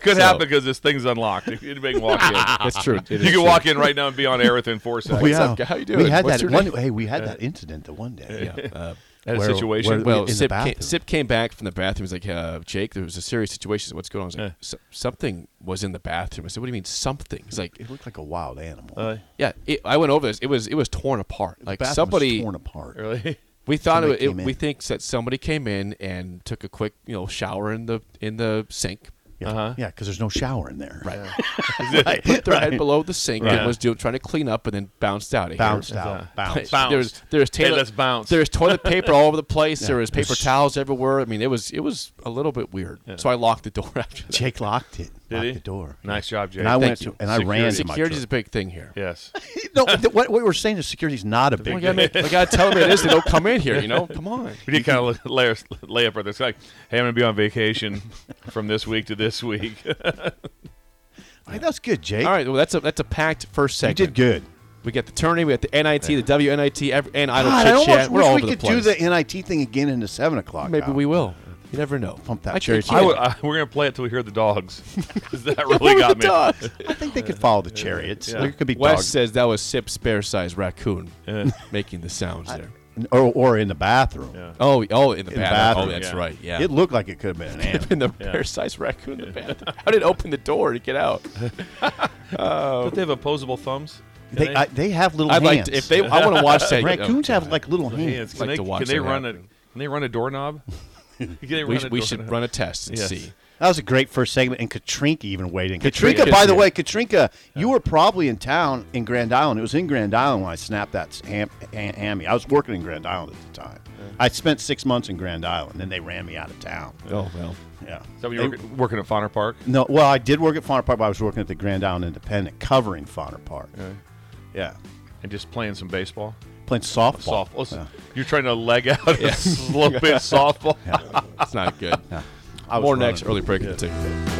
Speaker 5: Could
Speaker 4: So-
Speaker 5: happen because this thing's unlocked. You can make
Speaker 4: [laughs]
Speaker 5: 'em walk in.
Speaker 4: That's true.
Speaker 5: You can walk in right now and be on air within four seconds.
Speaker 6: Oh, yeah.
Speaker 4: up, guy? How you
Speaker 6: We
Speaker 4: doing?
Speaker 6: had
Speaker 4: What's
Speaker 6: that
Speaker 4: your
Speaker 6: one. Hey, we had that incident the one day.
Speaker 4: Yeah. Uh,
Speaker 5: That
Speaker 6: Where-
Speaker 5: situation.
Speaker 6: where-
Speaker 4: well,
Speaker 6: in the
Speaker 4: Sip came,
Speaker 6: bathroom.
Speaker 4: Sip came back from the bathroom. He's like, uh, Jake, there was a serious situation. I said, What's going on? I was like, "So- something was in the bathroom. I said, What do you mean something? He's like,
Speaker 6: It looked like a wild animal.
Speaker 4: Yeah, it, I went over this. It was it was torn apart. Like
Speaker 6: Bathroom was
Speaker 4: somebody,
Speaker 6: torn apart.
Speaker 5: really? [laughs]
Speaker 4: we thought it,
Speaker 6: Somebody
Speaker 4: it
Speaker 6: came in.
Speaker 4: we think that somebody came in and took a quick you know shower in the in the
Speaker 6: [laughs]
Speaker 4: sink.
Speaker 6: Yeah, yeah, because there's no shower in there.
Speaker 4: Uh-huh. Right.
Speaker 6: right.
Speaker 4: Put their head below the sink
Speaker 5: Right.
Speaker 4: and was doing, trying to clean up and then bounced out. Of [laughs]
Speaker 6: Bounced
Speaker 4: here.
Speaker 6: out. Bounced.
Speaker 5: Bounce.
Speaker 4: There's there's
Speaker 5: Hey,
Speaker 4: toilet,
Speaker 5: let's bounce.
Speaker 4: There's toilet paper all over the place. There was paper
Speaker 6: It's-
Speaker 4: towels everywhere. I mean, it was it was a little bit weird. So I locked the door [laughs] after that.
Speaker 6: Jake locked it.
Speaker 5: Did
Speaker 6: locked
Speaker 5: he?
Speaker 6: the door.
Speaker 5: Nice job, Jake.
Speaker 6: And I went
Speaker 4: you.
Speaker 6: to, and I ran to my
Speaker 4: Security's a
Speaker 6: truck.
Speaker 4: big thing here.
Speaker 5: Yes.
Speaker 6: [laughs] no, th- what, what we're saying is security's not a big.
Speaker 4: We gotta, make, we gotta tell them it is. They don't come in here. You
Speaker 6: [laughs]
Speaker 4: know, come on.
Speaker 5: We did kind of [laughs] lay, lay up right there. It's like, hey, I'm going to be on vacation from this week to
Speaker 4: [laughs]
Speaker 5: this week. [laughs]
Speaker 6: Hey, that's good, Jake.
Speaker 4: All right. Well, that's a that's a packed first
Speaker 6: you
Speaker 4: segment.
Speaker 6: did good.
Speaker 4: We got the tourney. We got the NIT, the WNIT, every, and idle
Speaker 6: God, I
Speaker 4: chit
Speaker 6: almost
Speaker 4: chat. We're
Speaker 6: wish
Speaker 4: all
Speaker 6: we
Speaker 4: over
Speaker 6: could
Speaker 4: the place.
Speaker 6: do the NIT thing again in the seven o'clock.
Speaker 4: Maybe
Speaker 6: hour.
Speaker 4: we will. You never know.
Speaker 6: Pump that
Speaker 4: I
Speaker 6: cherry
Speaker 4: think
Speaker 6: Yeah.
Speaker 5: I
Speaker 4: you
Speaker 5: would, I, we're going to play it till we hear the dogs. [laughs] 'Cause
Speaker 4: [laughs]
Speaker 5: that
Speaker 4: can. What
Speaker 5: really
Speaker 4: were
Speaker 5: got
Speaker 4: the
Speaker 5: me.
Speaker 4: dogs?
Speaker 6: I think they could follow the
Speaker 4: [laughs]
Speaker 6: chariots. There could be
Speaker 4: Wes
Speaker 6: dogs,
Speaker 4: says that was Sip's spare size raccoon [laughs] making the sounds there.
Speaker 6: or, or in the bathroom.
Speaker 4: Oh, oh, in the
Speaker 6: In the
Speaker 4: bathroom.
Speaker 6: bathroom,
Speaker 4: Oh, that's
Speaker 5: yeah.
Speaker 4: right. Yeah.
Speaker 6: It looked like it could have
Speaker 4: [laughs]
Speaker 6: been an animal.
Speaker 4: in the bear sized raccoon in the bathroom. How did it open the door to get out?
Speaker 5: Don't they have opposable thumbs? Can
Speaker 6: they, I, they have little
Speaker 4: I'd like
Speaker 6: hands.
Speaker 4: to, if they. I want to watch that.
Speaker 6: [laughs] raccoons have like little
Speaker 5: hands.
Speaker 6: hands.
Speaker 5: Can
Speaker 4: like
Speaker 5: they,
Speaker 4: to watch
Speaker 5: can they
Speaker 4: that
Speaker 5: run a
Speaker 4: happen. [laughs]
Speaker 5: Can they run a doorknob? Can they
Speaker 4: We,
Speaker 5: run a
Speaker 4: we
Speaker 5: door-
Speaker 4: should run a test and
Speaker 5: Yes.
Speaker 4: see.
Speaker 6: That was a great first segment, and Katrinka even waiting.
Speaker 4: Katrinka's
Speaker 6: Katrinka, by the
Speaker 4: here.
Speaker 6: way, Katrinka, you were probably in town in Grand Island. It was in Grand Island when I snapped that s- ham, ha- hammy. I was working in Grand Island at the time. I spent six months in Grand Island, then they ran me out of town.
Speaker 4: Oh well.
Speaker 6: Yeah.
Speaker 5: So you're work- working at Fonner Park.
Speaker 6: No, well, I did work at Fauner Park, but I was working at the Grand Island Independent, covering Fauner Park. Yeah,
Speaker 5: and just playing some baseball.
Speaker 6: playing softball.
Speaker 5: Softball.
Speaker 6: Yeah.
Speaker 5: You're trying to leg out a little bit softball.
Speaker 4: It's not good.
Speaker 6: I was [laughs]
Speaker 4: More next
Speaker 6: running.
Speaker 4: early break of the ticket.